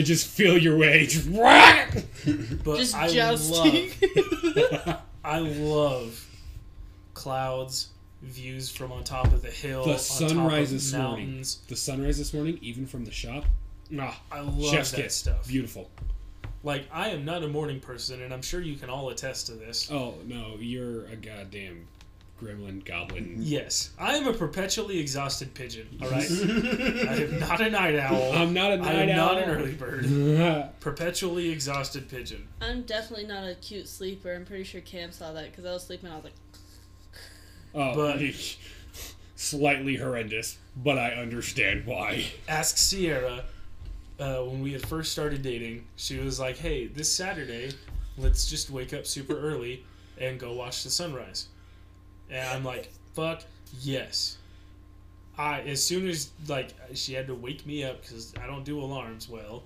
S1: just feel your way. Just
S3: Just
S2: I
S3: jousting.
S2: love I love clouds, views from on top of the hill,
S1: The
S2: on
S1: sunrise
S2: top of
S1: this morning.
S2: mountains.
S1: the sunrise this morning, even from the shop. Ah,
S2: I love
S1: chef's
S2: that
S1: kiss.
S2: stuff.
S1: Beautiful.
S2: Like I am not a morning person, and I'm sure you can all attest to this.
S1: Oh no, you're a goddamn gremlin goblin.
S2: Yes, I am a perpetually exhausted pigeon. All right, I am not a night owl.
S1: I'm not a
S2: I
S1: night
S2: am
S1: owl.
S2: not an early bird. Perpetually exhausted pigeon.
S3: I'm definitely not a cute sleeper. I'm pretty sure Cam saw that because I was sleeping. I was like,
S1: oh,
S2: But-
S1: eesh. slightly horrendous, but I understand why.
S2: ask Sierra uh, when we had first started dating. She was like, "Hey, this Saturday, let's just wake up super early and go watch the sunrise." And I'm like, "Fuck yes!" I as soon as like she had to wake me up because I don't do alarms well.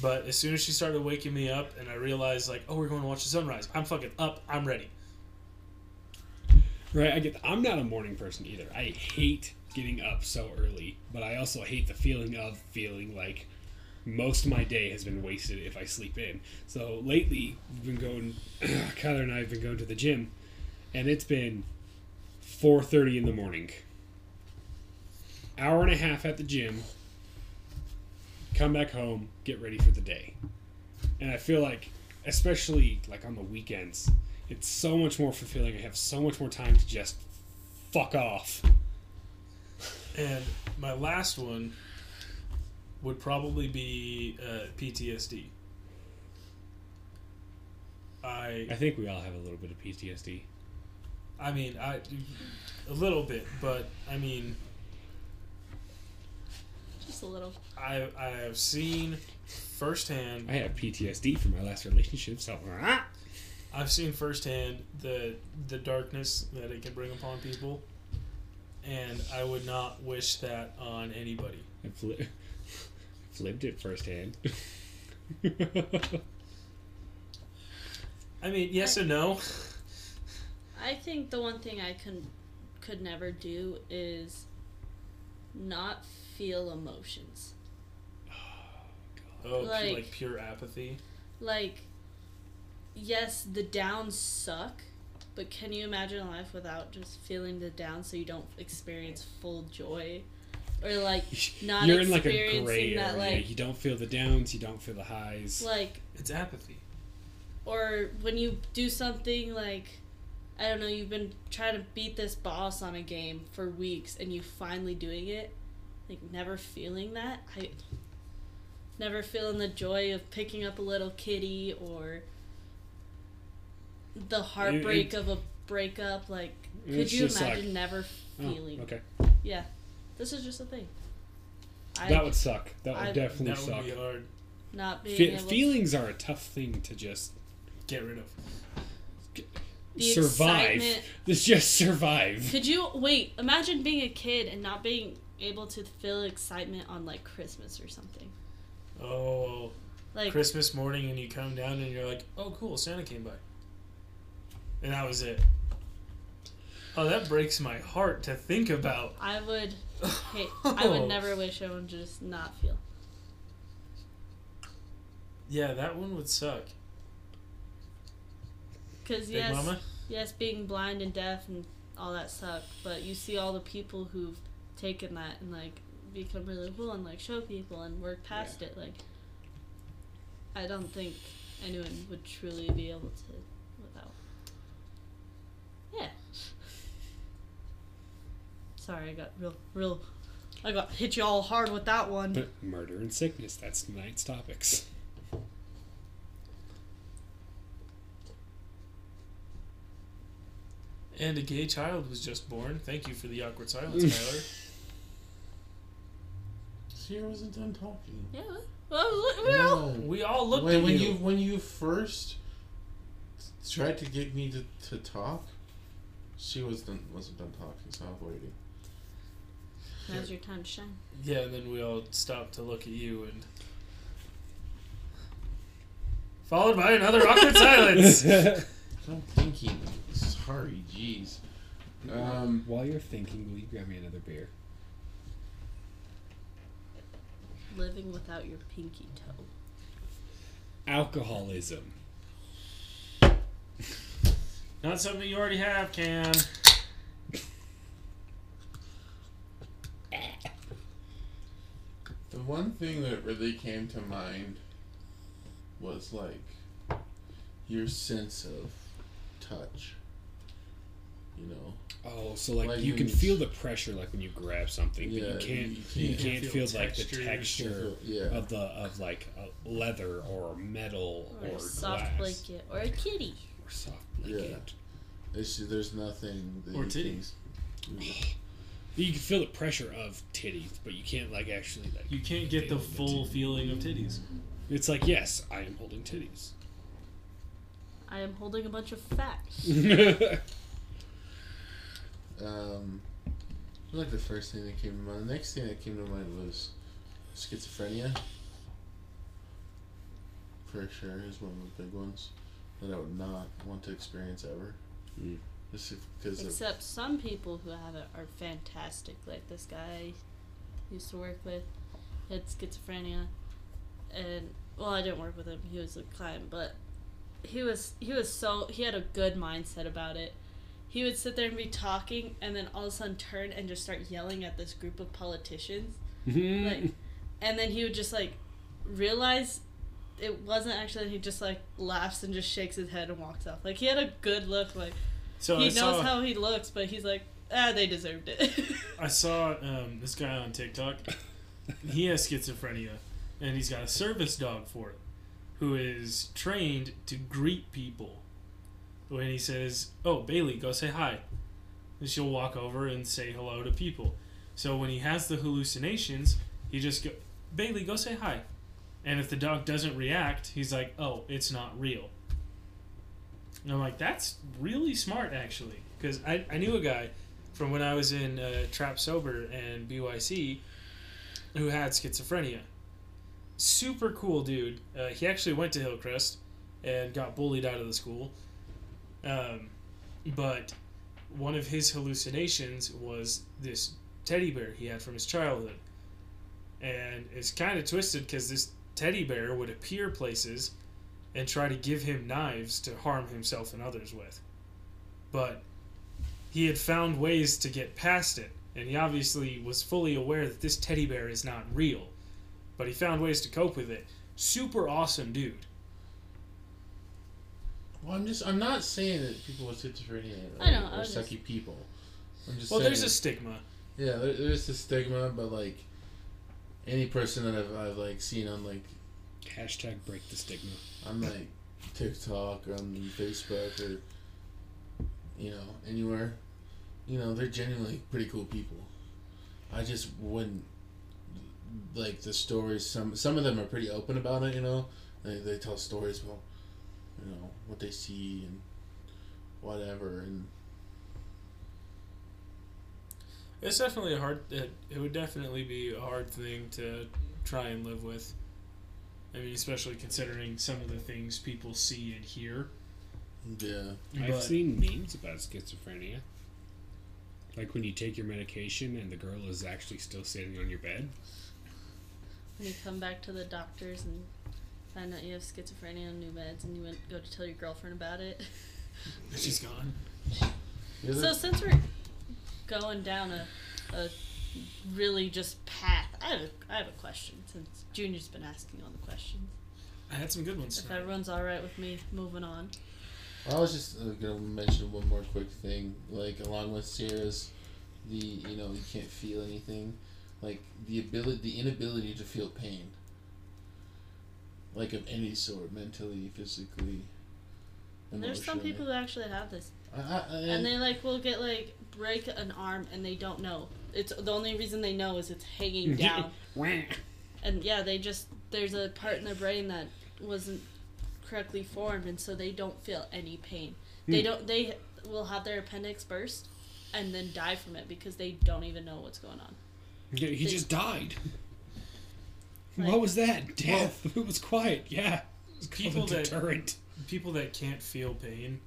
S2: But as soon as she started waking me up and I realized like, oh, we're going to watch the sunrise. I'm fucking up. I'm ready.
S1: Right, I get. I'm not a morning person either. I hate getting up so early, but I also hate the feeling of feeling like most of my day has been wasted if I sleep in. So lately, we've been going. Kyler and I have been going to the gym, and it's been 4:30 in the morning. Hour and a half at the gym. Come back home, get ready for the day, and I feel like, especially like on the weekends, it's so much more fulfilling. I have so much more time to just fuck off.
S2: And my last one would probably be uh, PTSD.
S1: I
S2: I
S1: think we all have a little bit of PTSD.
S2: I mean I a little bit, but I mean
S3: just a little.
S2: I I have seen firsthand
S1: I have PTSD from my last relationship, so ah,
S2: I've seen firsthand the the darkness that it can bring upon people, and I would not wish that on anybody.
S1: I've, li- I've lived it firsthand.
S2: I mean, yes and no.
S3: I think the one thing I can could never do is not feel emotions.
S2: Oh,
S3: Like-
S2: like pure apathy.
S3: Like, yes, the downs suck, but can you imagine a life without just feeling the down so you don't experience full joy? Or like not
S1: You're in like a
S3: experiencing
S1: gray area.
S3: that like
S1: you don't feel the downs, you don't feel the highs.
S3: like
S2: It's apathy.
S3: or when you do something like I don't know, you've been trying to beat this boss on a game for weeks and you finally doing it, like never feeling that. I never feeling the joy of picking up a little kitty or the heartbreak of a breakup. Like, could
S1: It's
S3: you
S1: just like-
S3: imagine never
S1: Oh,
S3: feeling?
S1: okay.
S3: Yeah, this is just a thing. I
S1: that would suck. That would
S3: I-
S2: That
S1: definitely
S2: would
S1: suck.
S2: be hard.
S3: not being
S1: Fe-
S3: able
S1: feelings are a tough thing to just
S2: Get rid of.
S3: The
S1: survive.
S3: excitement-
S1: This just survive.
S3: Could you wait? Imagine being a kid and not being able to feel excitement on like Christmas or something.
S2: Oh,
S3: Like
S2: Christmas morning, and you come down, and you're like, "Oh, cool, Santa came by," and that was it. Oh, that breaks my heart to think about. Oh.
S3: I would hate. I would never wish I would just not feel.
S2: Yeah, that one would suck.
S3: Because
S2: Big
S3: yes,
S2: Mama.
S3: yes, being blind and deaf and all that sucked. But you see all the people who've taken that and like become really cool and like show people and work past it. Like I don't think anyone would truly be able to without. Yeah. Sorry, I got real, real. I got hit you all hard with that one.
S1: But murder and sickness, that's tonight's topics.
S2: And a gay child was just born. Thank you for the awkward silence, Tyler.
S4: Sierra wasn't done talking.
S3: yeah. Well, we- we're all.
S4: No.
S2: We all looked
S4: when,
S2: at
S4: when
S2: you.
S4: you when you first tried to get me to, to talk, she was done, wasn't done talking, so I was waiting.
S3: Now's your time to shine.
S2: Yeah, and then we all stopped to look at you, and followed by another awkward silence.
S4: I'm thinking. Sorry, jeez. Um,
S1: While you're thinking, will you grab me another beer?
S3: Living without your pinky toe.
S1: Alcoholism.
S2: Not something you already have, Cam.
S4: the one thing that really came to mind was like your sense of touch. You know,
S1: Oh, so like,
S4: Like
S1: you can
S4: when you-
S1: feel the pressure, like when you grab something,
S4: Yeah,
S1: but you can't. You,
S4: you can't
S1: can't feel,
S2: feel
S1: like the
S2: texture.
S1: texture
S4: yeah.
S2: Uh,
S1: of the of like a leather or metal
S3: Or
S1: or,
S3: a soft
S1: glass
S3: blanket. Or a kitty.
S1: or soft
S4: Yeah.
S1: blanket.
S4: It's ju- there's nothing that
S2: Or
S4: you can-
S1: You can feel the pressure of titties, but you can't like actually like.
S2: You can't get
S1: feel
S2: the
S1: it.
S2: full feeling of titties.
S1: It's like yes, I am holding titties.
S3: I am holding a bunch of fat.
S4: Um, it was like the first thing that came to mind. The next thing that came to mind was schizophrenia. For sure, is one of the big ones that I would not want to experience ever.
S1: Mm.
S4: Just because of
S3: Except some people who have it are fantastic, like this guy I used to work with had schizophrenia and well I didn't work with him, he was a client, but he was he was so he had a good mindset about it. He would sit there and be talking and then all of a sudden turn and just start yelling at this group of politicians. like and then he would just like realize it wasn't actually he just like laughs and just shakes his head and walks off like he had a good look like
S2: So
S3: he
S2: I
S3: knows
S2: saw
S3: how he looks but he's like ah they deserved it
S2: I saw um, this guy on TikTok. he has schizophrenia, and he's got a service dog for it, who is trained to greet people. When he says, "Oh Bailey, go say hi," and she'll walk over and say hello to people. So when he has the hallucinations, he just go, "Bailey, go say hi," and if the dog doesn't react, he's like, "Oh, it's not real." And I'm like, "That's really smart, actually," because I, I knew a guy from when I was in uh, Trap Sober and BYC who had schizophrenia. Super cool dude. Uh, he actually went to Hillcrest and got bullied out of the school. Um, but one of his hallucinations was this teddy bear he had from his childhood. And it's kind of twisted because this teddy bear would appear places and try to give him knives to harm himself and others with. But he had found ways to get past it, and he obviously was fully aware that this teddy bear is not real, but he found ways to cope with it. Super awesome dude.
S4: Well, I'm just I'm not saying that people with schizophrenia are,
S3: I know, I
S4: are
S3: was
S4: sucky
S3: just-
S4: people. I'm just
S2: Well,
S4: saying,
S2: there's a stigma.
S4: yeah, there, there's a stigma, but like any person that I've, I've like seen on like
S1: Hashtag break the stigma.
S4: on like TikTok or on Facebook or you know anywhere, you know they're genuinely pretty cool people. I just wouldn't like the stories. Some some of them are pretty open about it. You know, they they tell stories about you know what they see and whatever and
S2: It's definitely a hard. It, it would definitely be a hard thing to try and live with. I mean, especially considering some of the things people see and hear.
S4: yeah.
S1: I've
S2: But-
S1: seen memes about schizophrenia. Like when you take your medication and the girl is actually still sitting on your bed.
S3: When you come back to the doctors and find out you have schizophrenia and new meds, and you went, go to tell your girlfriend about it.
S2: She's gone.
S4: The other-
S3: So since we're going down a, a really just path, I have a, I have a question since Junior's been asking all the questions.
S2: I had some good ones.
S3: If
S2: tonight.
S3: everyone's all right with me moving on,
S4: I was just uh, gonna mention one more quick thing, like along with Sarah's, the you know you can't feel anything, like the ability, the inability to feel pain, like of any sort, mentally, physically.
S3: and there's some
S4: emotionally.
S3: people who actually have this,
S4: I, I, I,
S3: and they like will get like break an arm and they don't know. It's the only reason they know is it's hanging down, and yeah, they just there's a part in their brain that wasn't correctly formed, and so they don't feel any pain. They
S1: Hmm.
S3: don't. They will have their appendix burst, and then die from it because they don't even know what's going on.
S1: Yeah, he just died.
S3: Like-
S1: What was that? Death. it was quiet. Yeah. It's called
S2: People
S1: a
S2: that-
S1: deterrent.
S2: people that can't feel pain.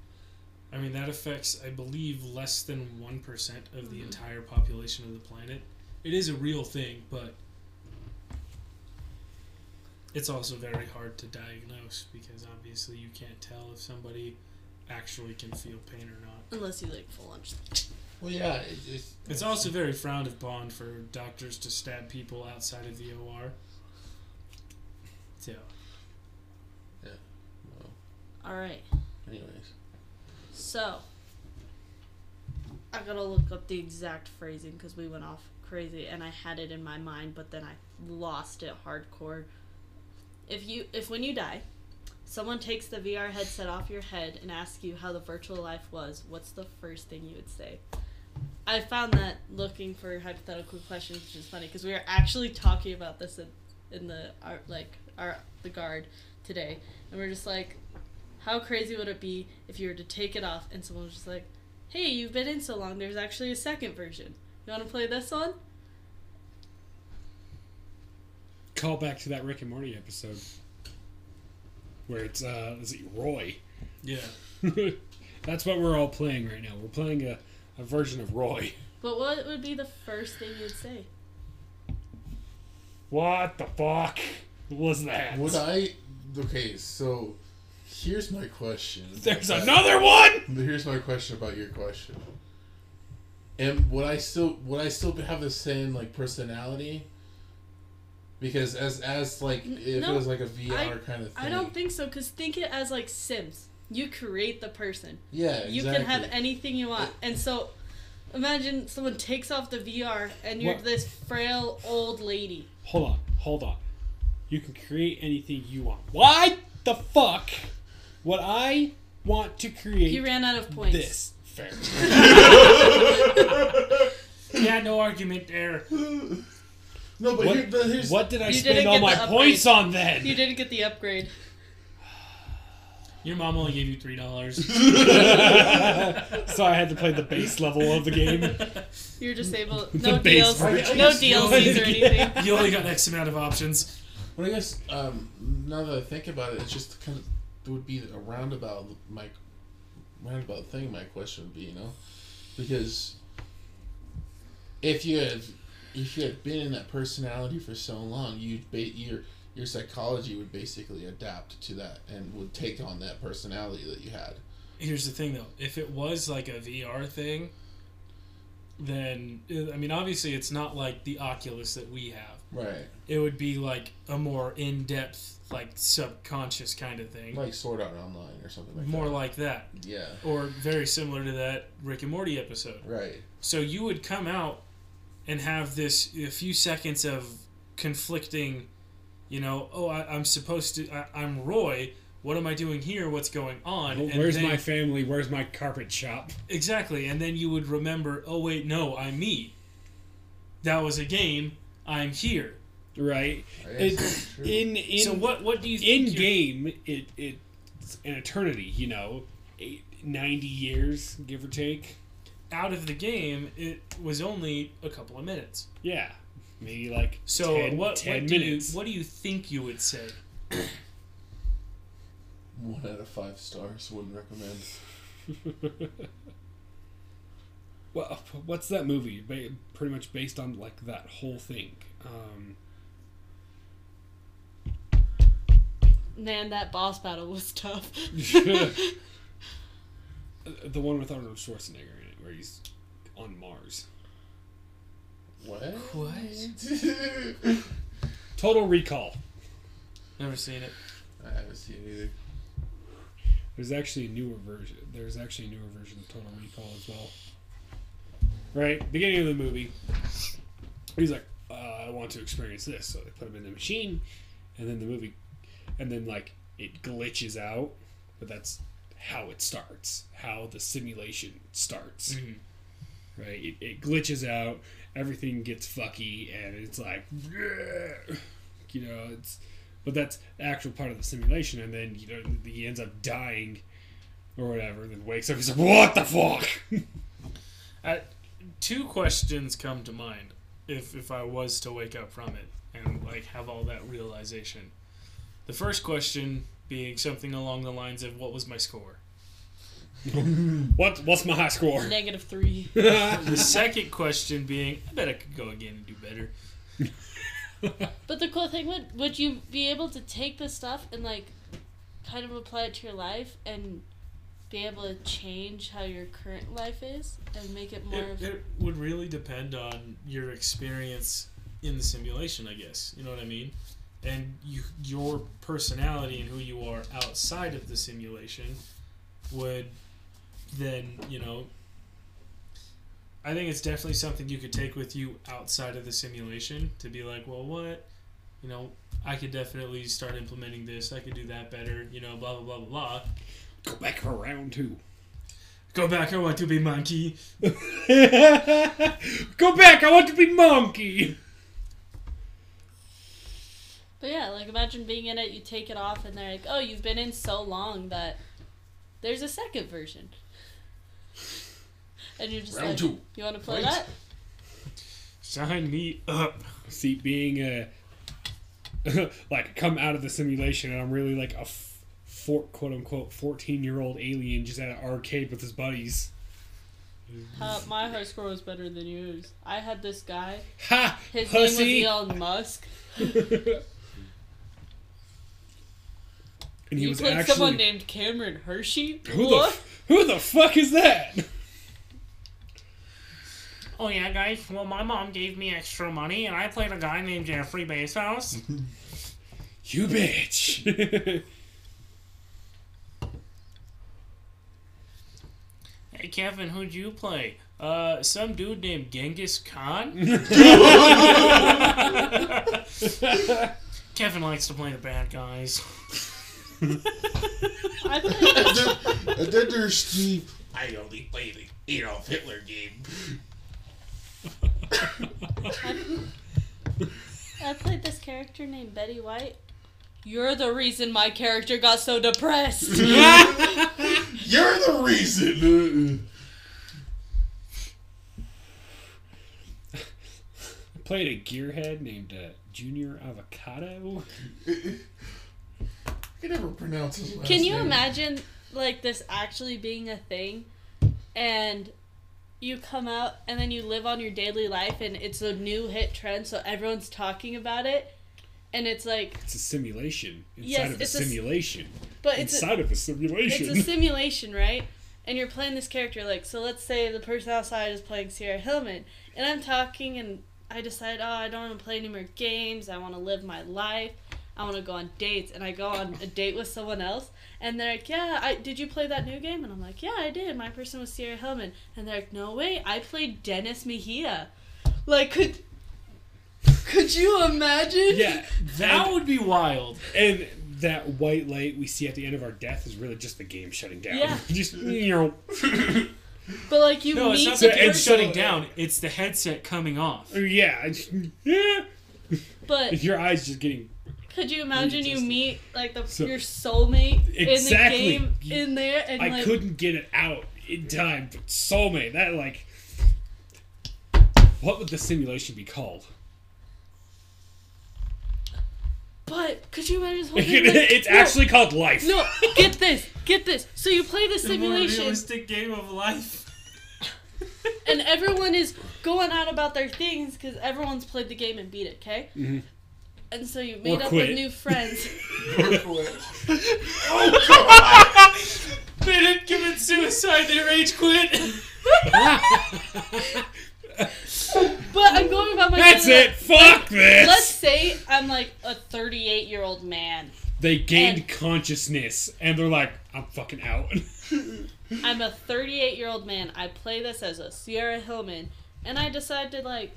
S2: I mean, that affects, I believe, less than 1% of the entire population of the planet. It is a real thing, but it's also very hard to diagnose because obviously you can't tell if somebody actually can feel pain or not.
S3: Unless you like full lunch.
S4: Well, yeah, it, it's
S2: It's also very frowned upon for doctors to stab people outside of the OR. So,
S4: well,
S3: All right.
S4: anyways.
S3: So I gotta look up the exact phrasing because we went off crazy, and I had it in my mind, but then I lost it hardcore. If you, if when you die, someone takes the VR headset off your head and asks you how the virtual life was, what's the first thing you would say? I found that looking for hypothetical questions, which is funny because we were actually talking about this in, in the our, like our the guard today, and we we're just like, how crazy would it be if you were to take it off and someone was just like, hey, you've been in so long, there's actually a second version. You want to play this one?
S1: Call back to that Rick and Morty episode. Where it's uh is it Roy?
S2: yeah.
S1: That's what we're all playing right now. We're playing a, a version of Roy.
S3: But what would be the first thing you'd say?
S1: What the fuck was that?
S4: Would I? Okay, so here's my question.
S1: There's another one.
S4: Here's my question about your question. And would I still would I still have the same like personality? Because as as like if
S3: no,
S4: it was like a VR
S3: I-
S4: kind of thing.
S3: I don't think so, because think it as like Sims. You create the person,
S4: Yeah, exactly.
S3: you can have anything you want. And so imagine someone takes off the VR and you're
S1: What?
S3: this frail old lady.
S1: Hold on, hold on. You can create anything you want. Why the fuck would I want to create
S3: You ran out of points.
S1: this? Fair.
S2: Yeah, no argument there.
S4: no, but,
S1: What,
S4: here, but here's
S1: what did I
S3: You
S1: spend
S3: didn't
S1: all
S3: get
S1: my
S3: the upgrade.
S1: points on then?
S3: You didn't get the upgrade.
S2: Your mom only gave you $3.
S1: so I had to play the base level of the game.
S3: You're disabled. No
S1: base
S3: deals.
S1: version.
S3: No DLCs or
S1: Yeah.
S3: anything.
S2: You only got X amount of options.
S4: Well, I guess um, now that I think about it, it's just kind of it would be a roundabout my roundabout thing. My question would be, you know, because if you had if you had been in that personality for so long, you'd ba- your your psychology would basically adapt to that and would take on that personality that you had.
S2: Here's the thing, though. If it was like a VR thing, then I mean, obviously, it's not like the Oculus that we have.
S4: Right.
S2: It would be like a more in-depth, like subconscious kind of thing,
S4: Like Sword Art Online or something like
S2: more
S4: that.
S2: like that,
S4: yeah.
S2: or very similar to that Rick and Morty episode.
S4: Right.
S2: So you would come out and have this a few seconds of conflicting, you know, oh, I, I'm supposed to, I, I'm Roy. What am I doing here? What's going on?
S1: Well,
S2: And
S1: where's
S2: then-
S1: my family? Where's my carpet shop?
S2: Exactly, and then you would remember, oh wait, no, I'm me. That was a game. I'm here.
S1: Right.
S4: I guess
S1: It,
S4: that's true.
S1: in in
S2: so what what do you
S1: in
S2: think you're-
S1: game it it's an eternity. You know, eight, ninety years give or take.
S2: out of the game? It was only a couple of minutes.
S1: Yeah, maybe like
S2: So
S1: 10,
S2: what
S1: 10
S2: what do you
S1: minutes.
S2: what do you think you would say?
S4: One out of five stars. Wouldn't recommend.
S1: Well, what's that movie? Ba- pretty much based on like that whole thing. Um,
S3: Man, that boss battle was tough.
S1: the one with Arnold Schwarzenegger in it, where he's on Mars.
S4: What?
S2: What?
S1: Total Recall.
S2: Never seen it.
S4: I haven't seen it either.
S1: There's actually a newer version. There's actually a newer version of Total Recall as well. Right, beginning of the movie, he's like, uh, "I want to experience this," so they put him in the machine, and then the movie, and then like it glitches out, but that's how it starts, how the simulation starts.
S2: Mhm.
S1: Right, it, it glitches out, everything gets fucky, and it's like, "Yeah." you know, it's but that's the actual part of the simulation, and then you know he ends up dying or whatever. Then wakes up, he's like, "What the fuck?"
S2: I, two questions come to mind if if I was to wake up from it and like have all that realization. The first question being something along the lines of what was my score?
S1: what What's my high score?
S3: Negative three.
S2: The second question being, I bet I could go again and do better.
S3: But the cool thing would would you be able to take this stuff and like kind of apply it to your life and be able to change how your current life is and make it more
S2: It,
S3: of
S2: it would really depend on your experience in the simulation, I guess. You know what I mean? And you, your personality and who you are outside of the simulation would then, you know. I think it's definitely something you could take with you outside of the simulation to be like, well, what? You know, I could definitely start implementing this. I could do that better. You know, blah, blah, blah, blah, blah.
S1: Go back for round two.
S2: Go back. I want to be monkey.
S1: Go back. I want to be monkey.
S3: But yeah, like imagine being in it, you take it off and they're like, Oh, you've been in so long that there's a second version. And you're just
S4: Round
S3: like
S4: two.
S3: You wanna play
S4: Fight."
S3: that?
S2: Sign me up.
S1: See, being a like come out of the simulation, and I'm really like a f- four, quote unquote fourteen year old alien just at an arcade with his buddies.
S3: Uh, my high score was better than yours. I had this guy.
S1: Ha!
S3: His
S1: pussy.
S3: name was Elon Musk.
S1: and he
S3: You
S1: was
S3: played
S1: actually
S3: someone named Cameron Hershey.
S1: who the
S3: What?
S1: f- who the fuck is that?
S5: Oh yeah, guys. Well, my mom gave me extra money, and I played a guy named Jeffrey Bezos.
S1: You bitch.
S2: Hey Kevin, who'd you play? Uh, some dude named Genghis Khan.
S5: Kevin likes to play the bad guys.
S3: I played,
S4: And then, and then there's Steve. I only played the Adolf Hitler game.
S3: I played this character named Betty White. You're the reason my character got so depressed.
S4: You're the reason.
S1: Played a gearhead named uh, Junior Avocado.
S4: I can never pronounce his last
S3: Can you
S4: name.
S3: imagine like this actually being a thing and you come out and then you live on your daily life and it's a new hit trend so everyone's talking about it and it's like
S1: It's a simulation inside
S3: Yes,
S1: of a
S3: it's a s-
S1: simulation
S3: but it's a,
S1: inside of a
S3: it's
S1: simulation.
S3: a simulation, right? And you're playing this character like so let's say the person outside is playing Sierra Hillman and I'm talking and I decide, "Oh, I don't want to play any more games. I want to live my life." I want to go on dates, and I go on a date with someone else, and they're like, "Yeah, I did you play that new game?" And I'm like, "Yeah, I did. My person was Sierra Hillman," and they're like, "No way, I played Dennis Mejia." Like, could Could you imagine?
S1: Yeah,
S2: That would be wild.
S1: and that white light we see at the end of our death is really just the game shutting down.
S3: Yeah.
S1: just you know,
S3: But like you
S2: No, it's
S3: meet
S2: not
S3: the
S2: the
S1: So-
S2: game
S1: and
S3: person,
S1: so-
S2: shutting down. It's the headset coming off.
S1: yeah, I just- yeah.
S3: but
S1: Your eyes just getting
S3: could you imagine you
S2: Readjusted.
S3: meet like the
S1: So-
S3: your soulmate
S1: Exactly.
S3: in the game in there and
S1: I
S3: like
S1: couldn't get it out in time. But soulmate, that like, what would the simulation be called?
S3: but could you imagine this whole thing? Like,
S1: it's
S3: no,
S1: actually called life.
S3: No, get this, get this. So you play the
S2: The more
S3: simulation,
S2: realistic game of life.
S3: and everyone is going on about their things because everyone's played the game and beat it, okay?
S1: Mhm.
S3: And so you made up
S1: quit.
S3: with new friends.
S2: They didn't commit suicide. They rage quit.
S3: But I'm going about my
S1: That's
S3: feeling,
S1: it. Fuck this.
S3: Let's say I'm like a 38 year old man.
S1: they gained
S3: and-
S1: consciousness, and they're like, "I'm fucking out."
S3: I'm a 38 year old man. I play this as a Sierra Hillman, and I decide to like,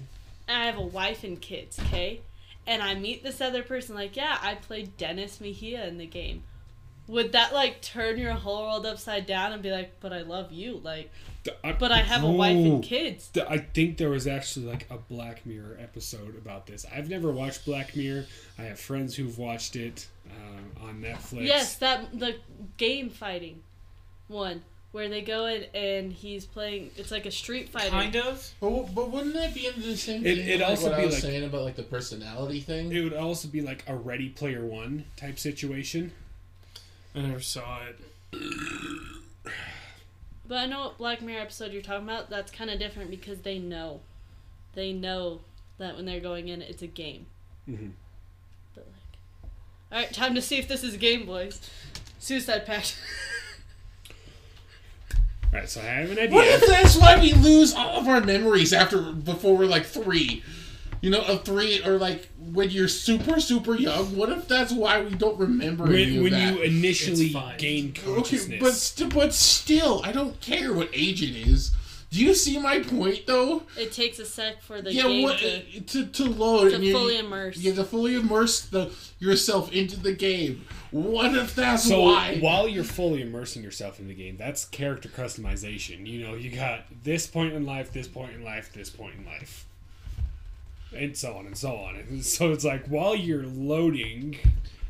S3: I have a wife and kids, okay? And I meet this other person, like, yeah, I played Dennis Mejia in the game. Would that like turn your whole world upside down and be like, but I love you, like, but I have a wife
S1: Ooh.
S3: and kids?
S1: Th- I think there was actually like a Black Mirror episode about this. I've never watched Black Mirror. I have friends who've watched it um, on Netflix.
S3: Yes, that the game fighting one where they go in and he's playing. It's like a street fighter.
S2: Kind of.
S4: But, w- but wouldn't that be under the same
S1: It-
S4: thing?
S1: it'd
S4: like
S1: also
S4: what
S1: be
S4: I was
S1: like-
S4: saying about like the personality thing.
S1: It would also be like a Ready Player One type situation.
S2: I never saw it.
S3: But I know what Black Mirror episode you're talking about. That's kind of different because they know, they know that when they're going in, it's a game.
S1: Mhm.
S3: But like, all right, time to see if this is a game, boys. Suicide Pact.
S1: All right, so I have an
S4: What
S1: idea.
S4: if that's why we lose all of our memories after before we're like three? You know, of three or like when you're super super young. What if that's why we don't remember
S1: when
S4: any of
S1: when
S4: that?
S1: you initially
S2: It's fine.
S1: gain
S4: okay, but
S1: consciousness,
S4: st- but still, I don't care what age it is. Do you see my point though?
S3: it takes a sec for the
S4: yeah,
S3: game
S4: what
S3: to,
S4: to, to, load
S3: to
S4: and you-
S3: fully immerse.
S4: You have to fully immerse the, yourself into the game. What if that's
S1: so
S4: why?
S1: while you're fully immersing yourself in the game, that's character customization. You know, you got this point in life, this point in life, this point in life, and so on and so on. And so it's like while you're loading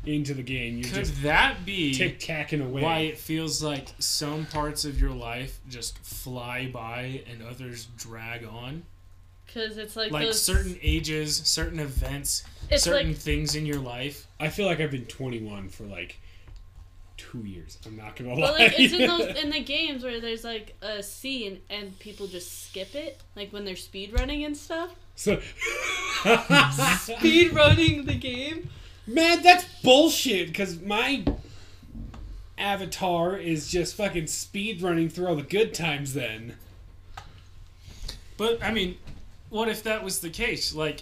S1: into the game, you're
S2: Could
S1: just
S2: that be
S1: tick tacking away.
S2: why it feels like some parts of your life just fly by and others drag on?
S3: Because it's like,
S2: Like
S3: those,
S2: certain ages, certain events,
S3: It's
S2: certain
S3: like-
S2: things in your life.
S1: I feel like I've been 21 for like two years. I'm not gonna lie.
S3: But like it's in those in the games where there's like a scene and people just skip it, like when they're speed running and stuff.
S1: so,
S3: Speed running the game.
S1: man, that's bullshit. Because my avatar is just fucking speed running through all the good times. Then
S2: But I mean, what if that was the case? Like,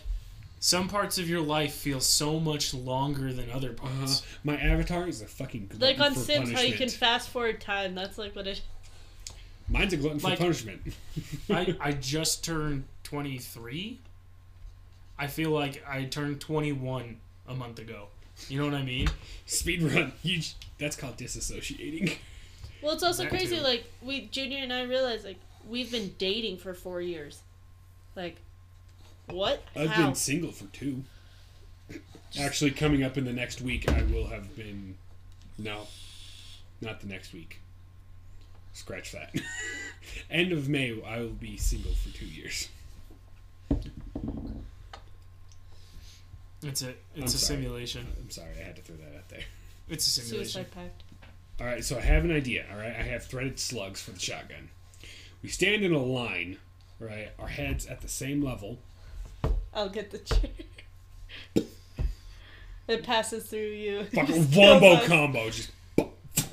S2: some parts of your life feel so much longer than other
S1: Uh-huh.
S2: parts.
S1: Uh, my avatar is a fucking glutton
S3: Like on
S1: for
S3: Sims, how you can
S1: punishment.
S3: fast forward time. That's like what it.
S1: Mine's a glutton
S2: Like-
S1: for punishment.
S2: I, I just turned 23. I feel like I turned 21 a month ago. You know what I mean?
S1: speed run. You, j- that's called disassociating.
S3: Well, it's also
S2: That
S3: crazy.
S2: too.
S3: Like we, Junior and I realized like we've been dating for four years. Like, what?
S1: I've
S3: How?
S1: been single for two. Actually, coming up in the next week, I will have been. No, not the next week. Scratch that. End of May, I will be single for two years.
S2: It's a it's
S1: I'm
S2: a
S1: sorry.
S2: simulation.
S1: I'm sorry, I had to throw that out there.
S2: It's a simulation.
S3: Suicide Pact.
S1: All right, so I have an idea. All right, I have threaded slugs for the shotgun. We stand in a line, right? Our heads at the same level.
S3: I'll get the chair. it passes through you.
S1: Fucking
S3: Just kills
S1: wombo
S3: us.
S1: combo. Just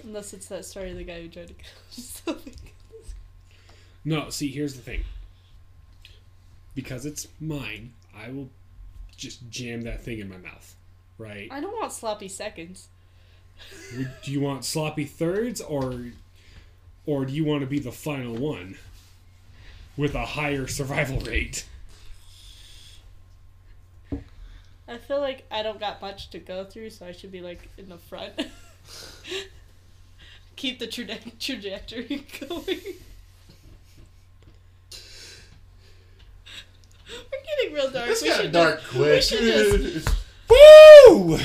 S3: Unless it's that story of the guy who tried to kill himself.
S1: No, see, here's the thing. Because it's mine, I will just jam that thing in my mouth, right?
S3: I don't want sloppy seconds.
S1: Would- Do you want sloppy thirds or or do you want to be the final one with a higher survival rate?
S3: I feel like I don't got much to go through, so I should be like in the front. Keep the traje- trajectory going. We're getting real dark.
S4: This
S3: we
S4: got
S3: should
S4: dark
S3: just-
S4: quick.
S3: We should just
S1: Woo!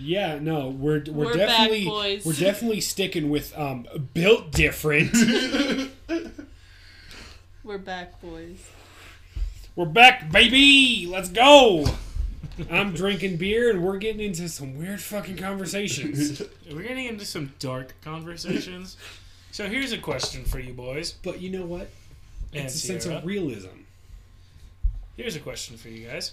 S1: Yeah, no, we're we're,
S3: We're back,
S1: definitely
S3: boys.
S1: we're definitely sticking with um built different.
S3: We're back, boys.
S1: we're back, baby. Let's go. I'm drinking beer and we're getting into some weird fucking conversations.
S2: We're getting into some dark conversations. so here's a question for you boys.
S1: but you know what?
S2: And
S1: It's a
S2: Sierra.
S1: sense of realism.
S2: Here's a question for you guys.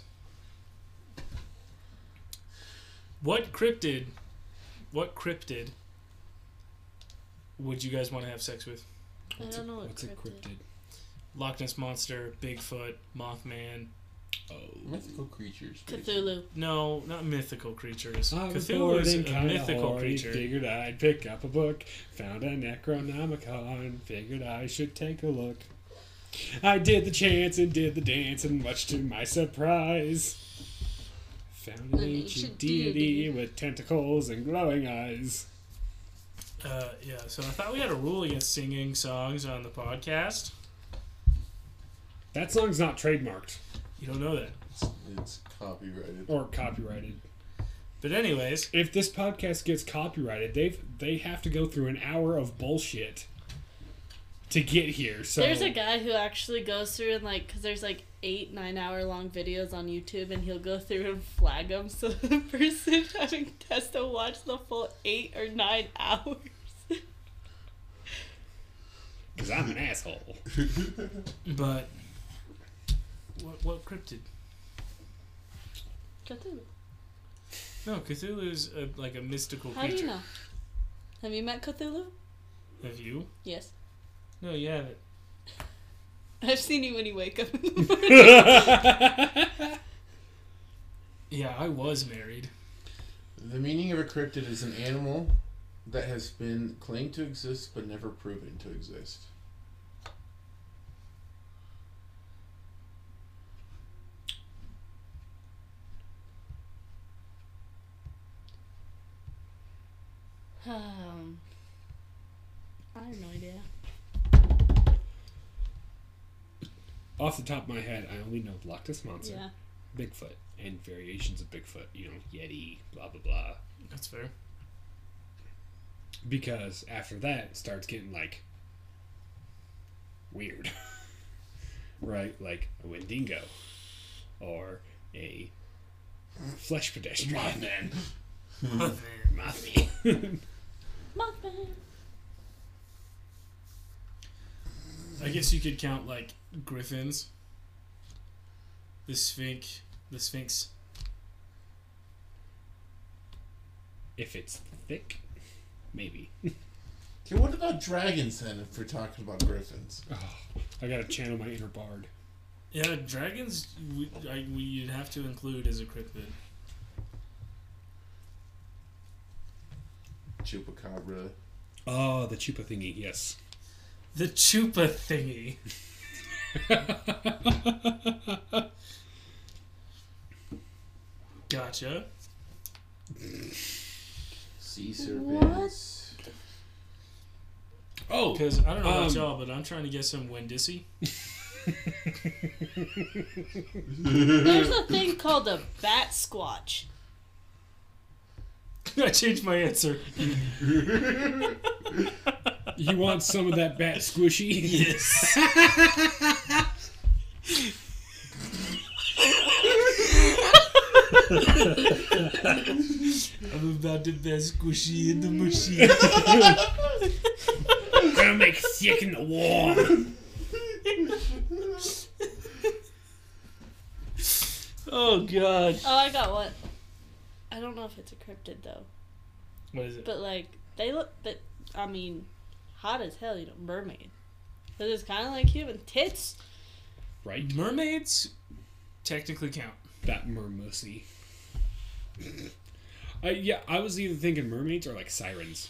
S2: What cryptid what cryptid would you guys want to have sex with?
S3: I don't know what
S1: What's a cryptid?
S2: Loch Ness monster, Bigfoot, Mothman.
S1: Oh,
S4: Mythical creatures. basically.
S3: Cthulhu.
S2: No, not mythical creatures.
S1: I was
S2: Cthulhu
S1: bored
S2: is
S1: and
S2: a
S1: kind of
S2: mythical
S1: horny.
S2: creature.
S1: Figured I'd pick up a book, found a Necronomicon. Figured I should take a look. I did the chants and did the dance, and much to my surprise, found an,
S3: An
S1: ancient,
S3: ancient
S1: deity,
S3: deity.
S1: with tentacles and glowing eyes.
S2: Uh, yeah, so I thought we had a rule against singing songs on the podcast.
S1: That song's not trademarked
S2: You don't know that.
S4: It's copyrighted.
S1: or copyrighted.
S2: But anyways,
S1: If this podcast gets copyrighted, they've they have to go through an hour of bullshit to get here. So
S3: There's a guy who actually goes through and like, cause there's like eight, nine hour long videos on YouTube, and he'll go through and flag them so the person having has to watch the full eight or nine hours.
S1: because I'm an asshole.
S2: but what what cryptid?
S3: Cthulhu.
S2: No, Cthulhu is a, like a mystical
S3: How do
S2: creature.
S3: you know? Have you met Cthulhu?
S2: Have you?
S3: Yes.
S2: No, you haven't.
S3: I've seen you when you wake up in the morning.
S2: Yeah, I was married.
S4: The meaning of a cryptid is an animal that has been claimed to exist but never proven to exist.
S3: um, I have no idea.
S1: Off the top of my head, I only know Loch Ness Monster,
S3: Yeah.
S1: Bigfoot, and variations of Bigfoot, you know, Yeti, blah, blah, blah.
S2: That's fair.
S1: Because after that, it starts getting like weird. right? Like a Wendigo or a flesh pedestrian.
S2: Mothman.
S1: Mothman.
S3: Mothman.
S2: I guess you could count like griffins. The sphinx. The sphinx.
S1: if it's thick, maybe.
S4: Okay, what about dragons then? If we're talking about griffins,
S1: Oh, I gotta channel my inner bard.
S2: Yeah, dragons. We, I, we you'd have to include as a cryptid.
S4: chupacabra.
S1: Oh, the chupa thingy, yes.
S2: The chupa thingy. Gotcha.
S4: Sea serpents.
S1: Oh,
S2: Because I don't know about
S1: Um,
S2: y'all, but I'm trying to get some Wendisi.
S3: There's a thing called a bat squatch.
S2: I changed my answer.
S1: You want some of that bat squishy?
S2: Yes. I'm about to best squishy in the machine.
S3: Oh,
S1: Gonna make sick in the warm.
S2: oh god.
S3: Oh, I got one. I don't know if it's a cryptid though.
S2: What is it?
S3: But like they look, but I mean, hot as hell. You know, mermaid. That is kind of like human tits.
S1: Right?
S2: Mermaids technically count.
S1: That mermussy. I, yeah, I was either thinking mermaids or like sirens.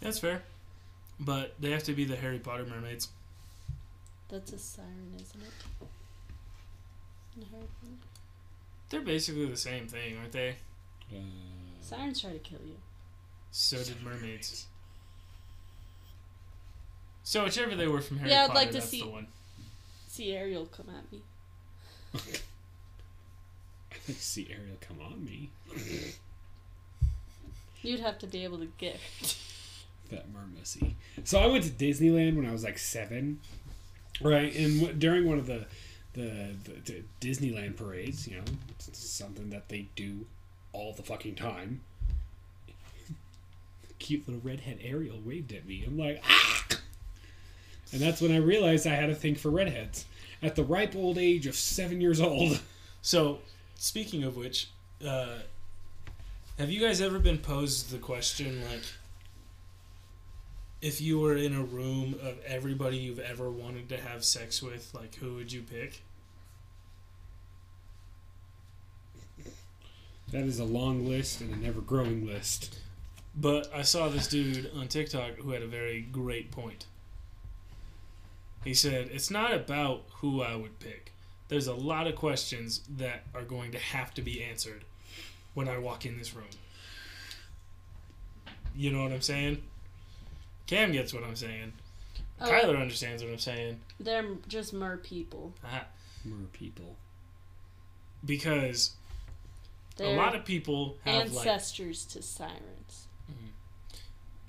S2: That's fair. But they have to be the Harry Potter mermaids.
S3: That's a siren, isn't it? and Hurricane?
S2: They're basically the same thing, aren't they?
S1: Uh,
S3: Sirens try to kill you.
S2: So did mermaids. So whichever they were from Harry
S3: Yeah, I'd
S2: Potter,
S3: like to
S2: that's
S3: see-
S2: the one.
S3: See Ariel come at me.
S1: I think see Ariel come on me.
S3: You'd have to be able to get her.
S1: that mermissy. So I went to Disneyland when I was like seven, right? And w- during one of the the, the, the Disneyland parades, you know, it's something that they do all the fucking time. Cute little redhead Ariel waved at me. I'm like, ah! And that's when I realized I had a thing for redheads at the ripe old age of seven years old.
S2: So speaking of which, uh, have you guys ever been posed the question like, if you were in a room of everybody you've ever wanted to have sex with, like who would you pick?
S1: That is a long list and an ever growing list.
S2: But I saw this dude on TikTok who had a very great point. He said, It's not about who I would pick. There's a lot of questions that are going to have to be answered when I walk in this room. You know what I'm saying? Cam gets what I'm saying.
S3: Oh.
S2: Kyler understands what I'm saying. Uh-huh.
S3: They're m- just mer people.
S2: Haha.
S1: Mer people.
S2: Because
S3: They're
S2: a lot of people have like
S3: ancestors to sirens.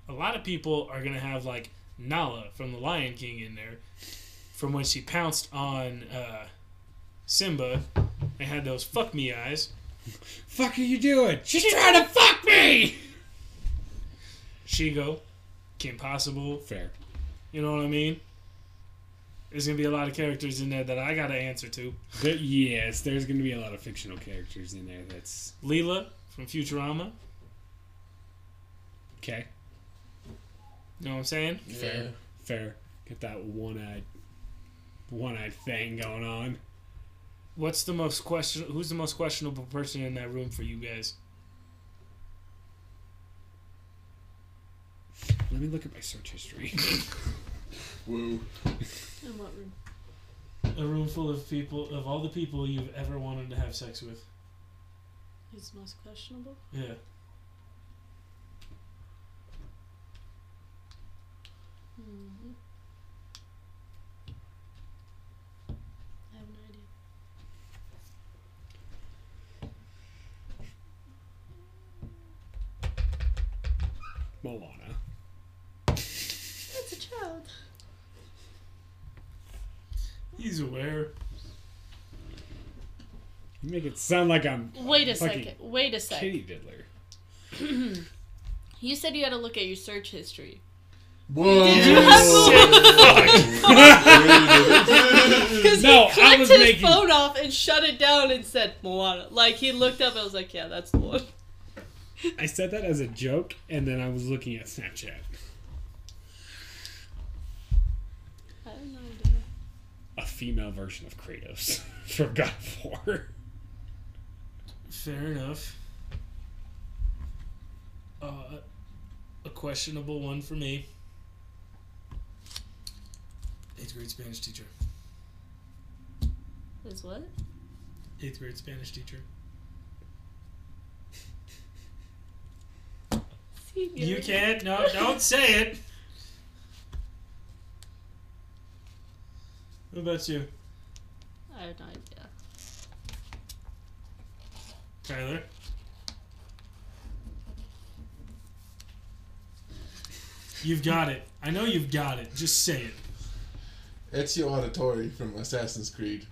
S2: a lot of people are gonna have like Nala from the Lion King in there, from when she pounced on uh, Simba and had those fuck me eyes.
S1: Fuck are you doing? She's trying to fuck me!
S2: Shigo, Kim Possible,
S1: Fair.
S2: you know what I mean? There's gonna be a lot of characters in there that I gotta answer to.
S1: There, yes, there's going to be a lot of fictional characters in there. That's
S2: Leela from Futurama,
S1: okay.
S2: you know what I'm saying?
S4: Yeah.
S1: Fair. Fair. Get that one-eyed, one-eyed thing going on.
S2: What's the most question? Who's the most questionable person in that room for you guys?
S1: Let me look at my search history.
S4: Woo.
S3: In what room?
S2: A room full of people of all the people you've ever wanted to have sex with.
S3: Who's most questionable?
S2: Yeah.
S3: hmm I have no idea.
S1: Moana.
S3: That's a child.
S2: He's aware.
S1: You make it sound like I'm
S3: Wait a
S1: Fucking
S3: second. Wait a second.
S1: kitty diddler.
S3: You said you had to look at your search history.
S4: Whoa.
S3: Because
S1: No, I
S3: he clicked
S1: was
S3: his
S1: making-
S3: phone off and shut it down and said Moana. Like he looked up and was like, yeah, that's the one.
S1: I said that as a joke, and then I was looking at Snapchat.
S3: I have no idea.
S1: A female version of Kratos from God of War.
S2: Fair enough. Uh, a questionable one for me. Eighth grade Spanish teacher.
S3: Is what?
S2: Eighth grade Spanish teacher.
S3: See,
S2: You can't. No, don't say it. What about you,
S3: I have no idea.
S2: Tyler? You've got it. I know you've got it. Just say it.
S4: Ezio Auditory from Assassin's Creed.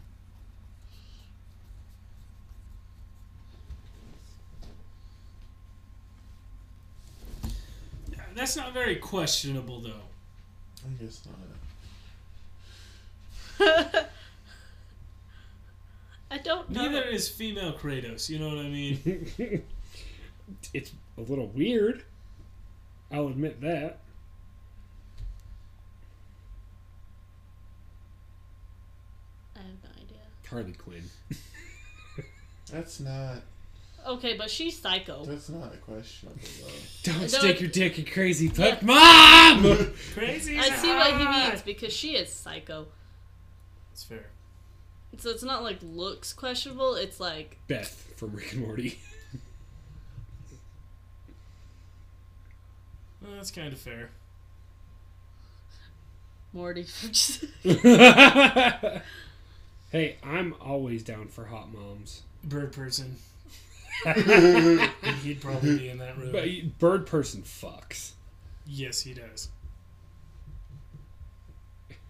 S2: That's not very questionable, though.
S4: I guess not.
S3: I don't know.
S2: Neither is female Kratos. You know what I mean?
S1: it's a little weird. I'll admit that.
S3: I have no idea.
S1: Harley Quinn.
S4: That's not.
S3: Okay, but she's psycho.
S4: That's not a questionable though.
S1: Don't
S3: No,
S1: stick
S3: it-
S1: your dick in crazy puck,
S3: Yeah.
S1: mom.
S2: Crazy.
S3: I see what he means because she is psycho.
S2: It's fair.
S3: So it's not like looks questionable. It's like
S1: Beth from Rick and Morty.
S2: Well, that's kind of fair.
S3: Morty.
S1: hey, I'm always down for hot moms.
S2: Bird person.
S1: but
S2: He'd probably be in that room.
S1: bird person fucks,
S2: yes, he does.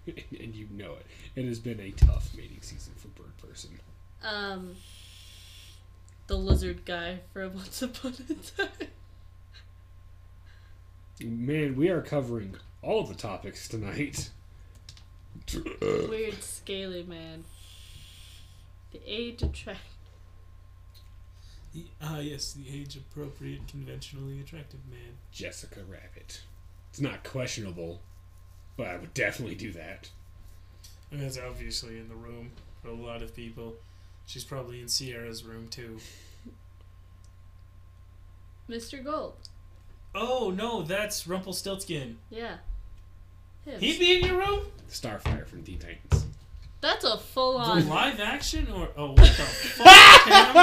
S1: and you know it. It has been a tough mating season for bird person.
S3: um, the lizard guy from Once Upon a Time.
S1: Man, we are covering all the topics tonight.
S3: Weird, scaly man. The age of track.
S2: He- ah, yes, the age appropriate, conventionally attractive man.
S1: Jessica Rabbit. It's not questionable, but I would definitely do that.
S2: I mean, that's obviously in the room for a lot of people. She's probably in Sierra's room too.
S3: Mr. Gold.
S2: Oh no, that's Rumpelstiltskin.
S3: Yeah. Him.
S2: He'd be in your room.
S1: Starfire from Teen Titans.
S3: That's a full
S2: The
S3: on.
S2: live action or oh what the fuck? Cam?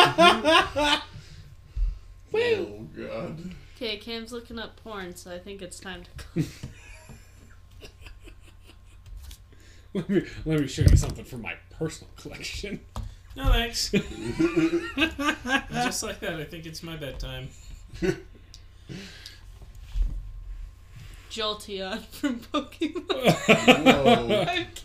S4: Oh God.
S3: Okay, Cam's looking up porn, so I think it's time to go.
S1: Let me, let me show you something from my personal collection.
S2: No thanks. Just like that, I think it's my bedtime.
S3: Jolteon from Pokemon.
S1: Geo
S3: I'm kid-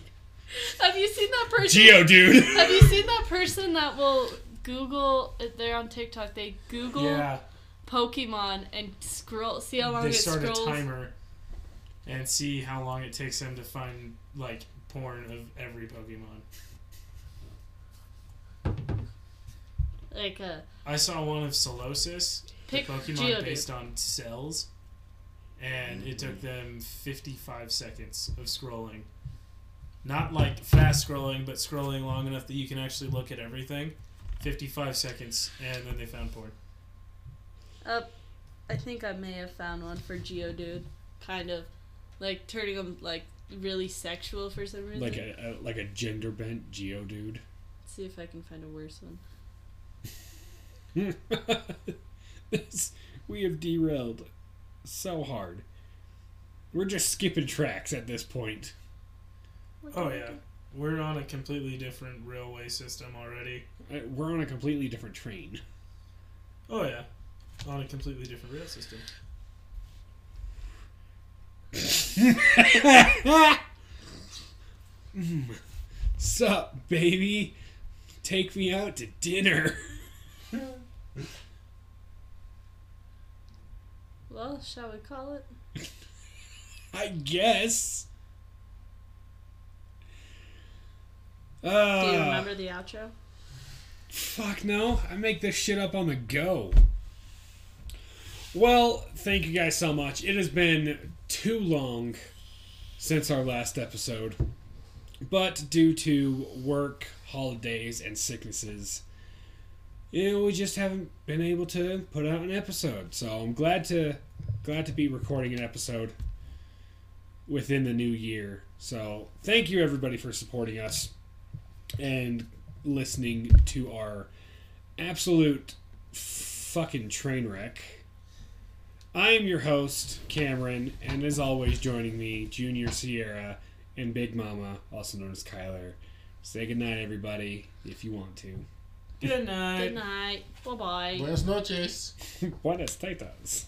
S3: Have you seen that person?
S1: dude.
S3: Have you seen that person that will Google? They're on TikTok. They Google
S2: Yeah,
S3: Pokemon and scroll. See how long
S2: they
S3: it
S2: start
S3: scrolls.
S2: a timer and see how long it takes them to find like porn of every Pokemon.
S3: Like a
S2: I saw one of Solosis,
S3: pick
S2: the Pokemon
S3: Geodude.
S2: based on cells, and it took them 55 seconds of scrolling. Not like fast scrolling, but scrolling long enough that you can actually look at everything. 55 seconds, and then they found porn.
S3: Up. I think I may have found one for Geodude. Kind of, like turning them like really sexual for some reason.
S1: Like a, a like a gender bent Geo dude.
S3: Let's see if I can find a worse one.
S1: this, we have derailed so hard. We're just skipping tracks at this point.
S2: Oh, yeah. We're on a completely different railway system already.
S1: I- Uh, We're on a completely different train.
S2: Oh, yeah. On a completely different rail system.
S1: Mm. Sup, baby? Take me out to dinner.
S3: Well, shall we call it?
S1: I guess. Uh,
S3: Do
S2: Uh,
S3: you remember the outro?
S1: Fuck no. I make this shit up on the go. Well, thank you guys so much. It has been too long since our last episode. But due to work, holidays, and sicknesses, you know, we just haven't been able to put out an episode. So I'm glad to glad to be recording an episode within the new year. So thank you everybody for supporting us and listening to our absolute fucking train wreck. I am your host, Cameron, and as always, joining me, Junior Sierra and Big Mama, also known as Kyler. Say goodnight, everybody, if you want to.
S2: Good night.
S3: Good night. Bye bye.
S4: Buenas noches.
S1: Buenas tardes.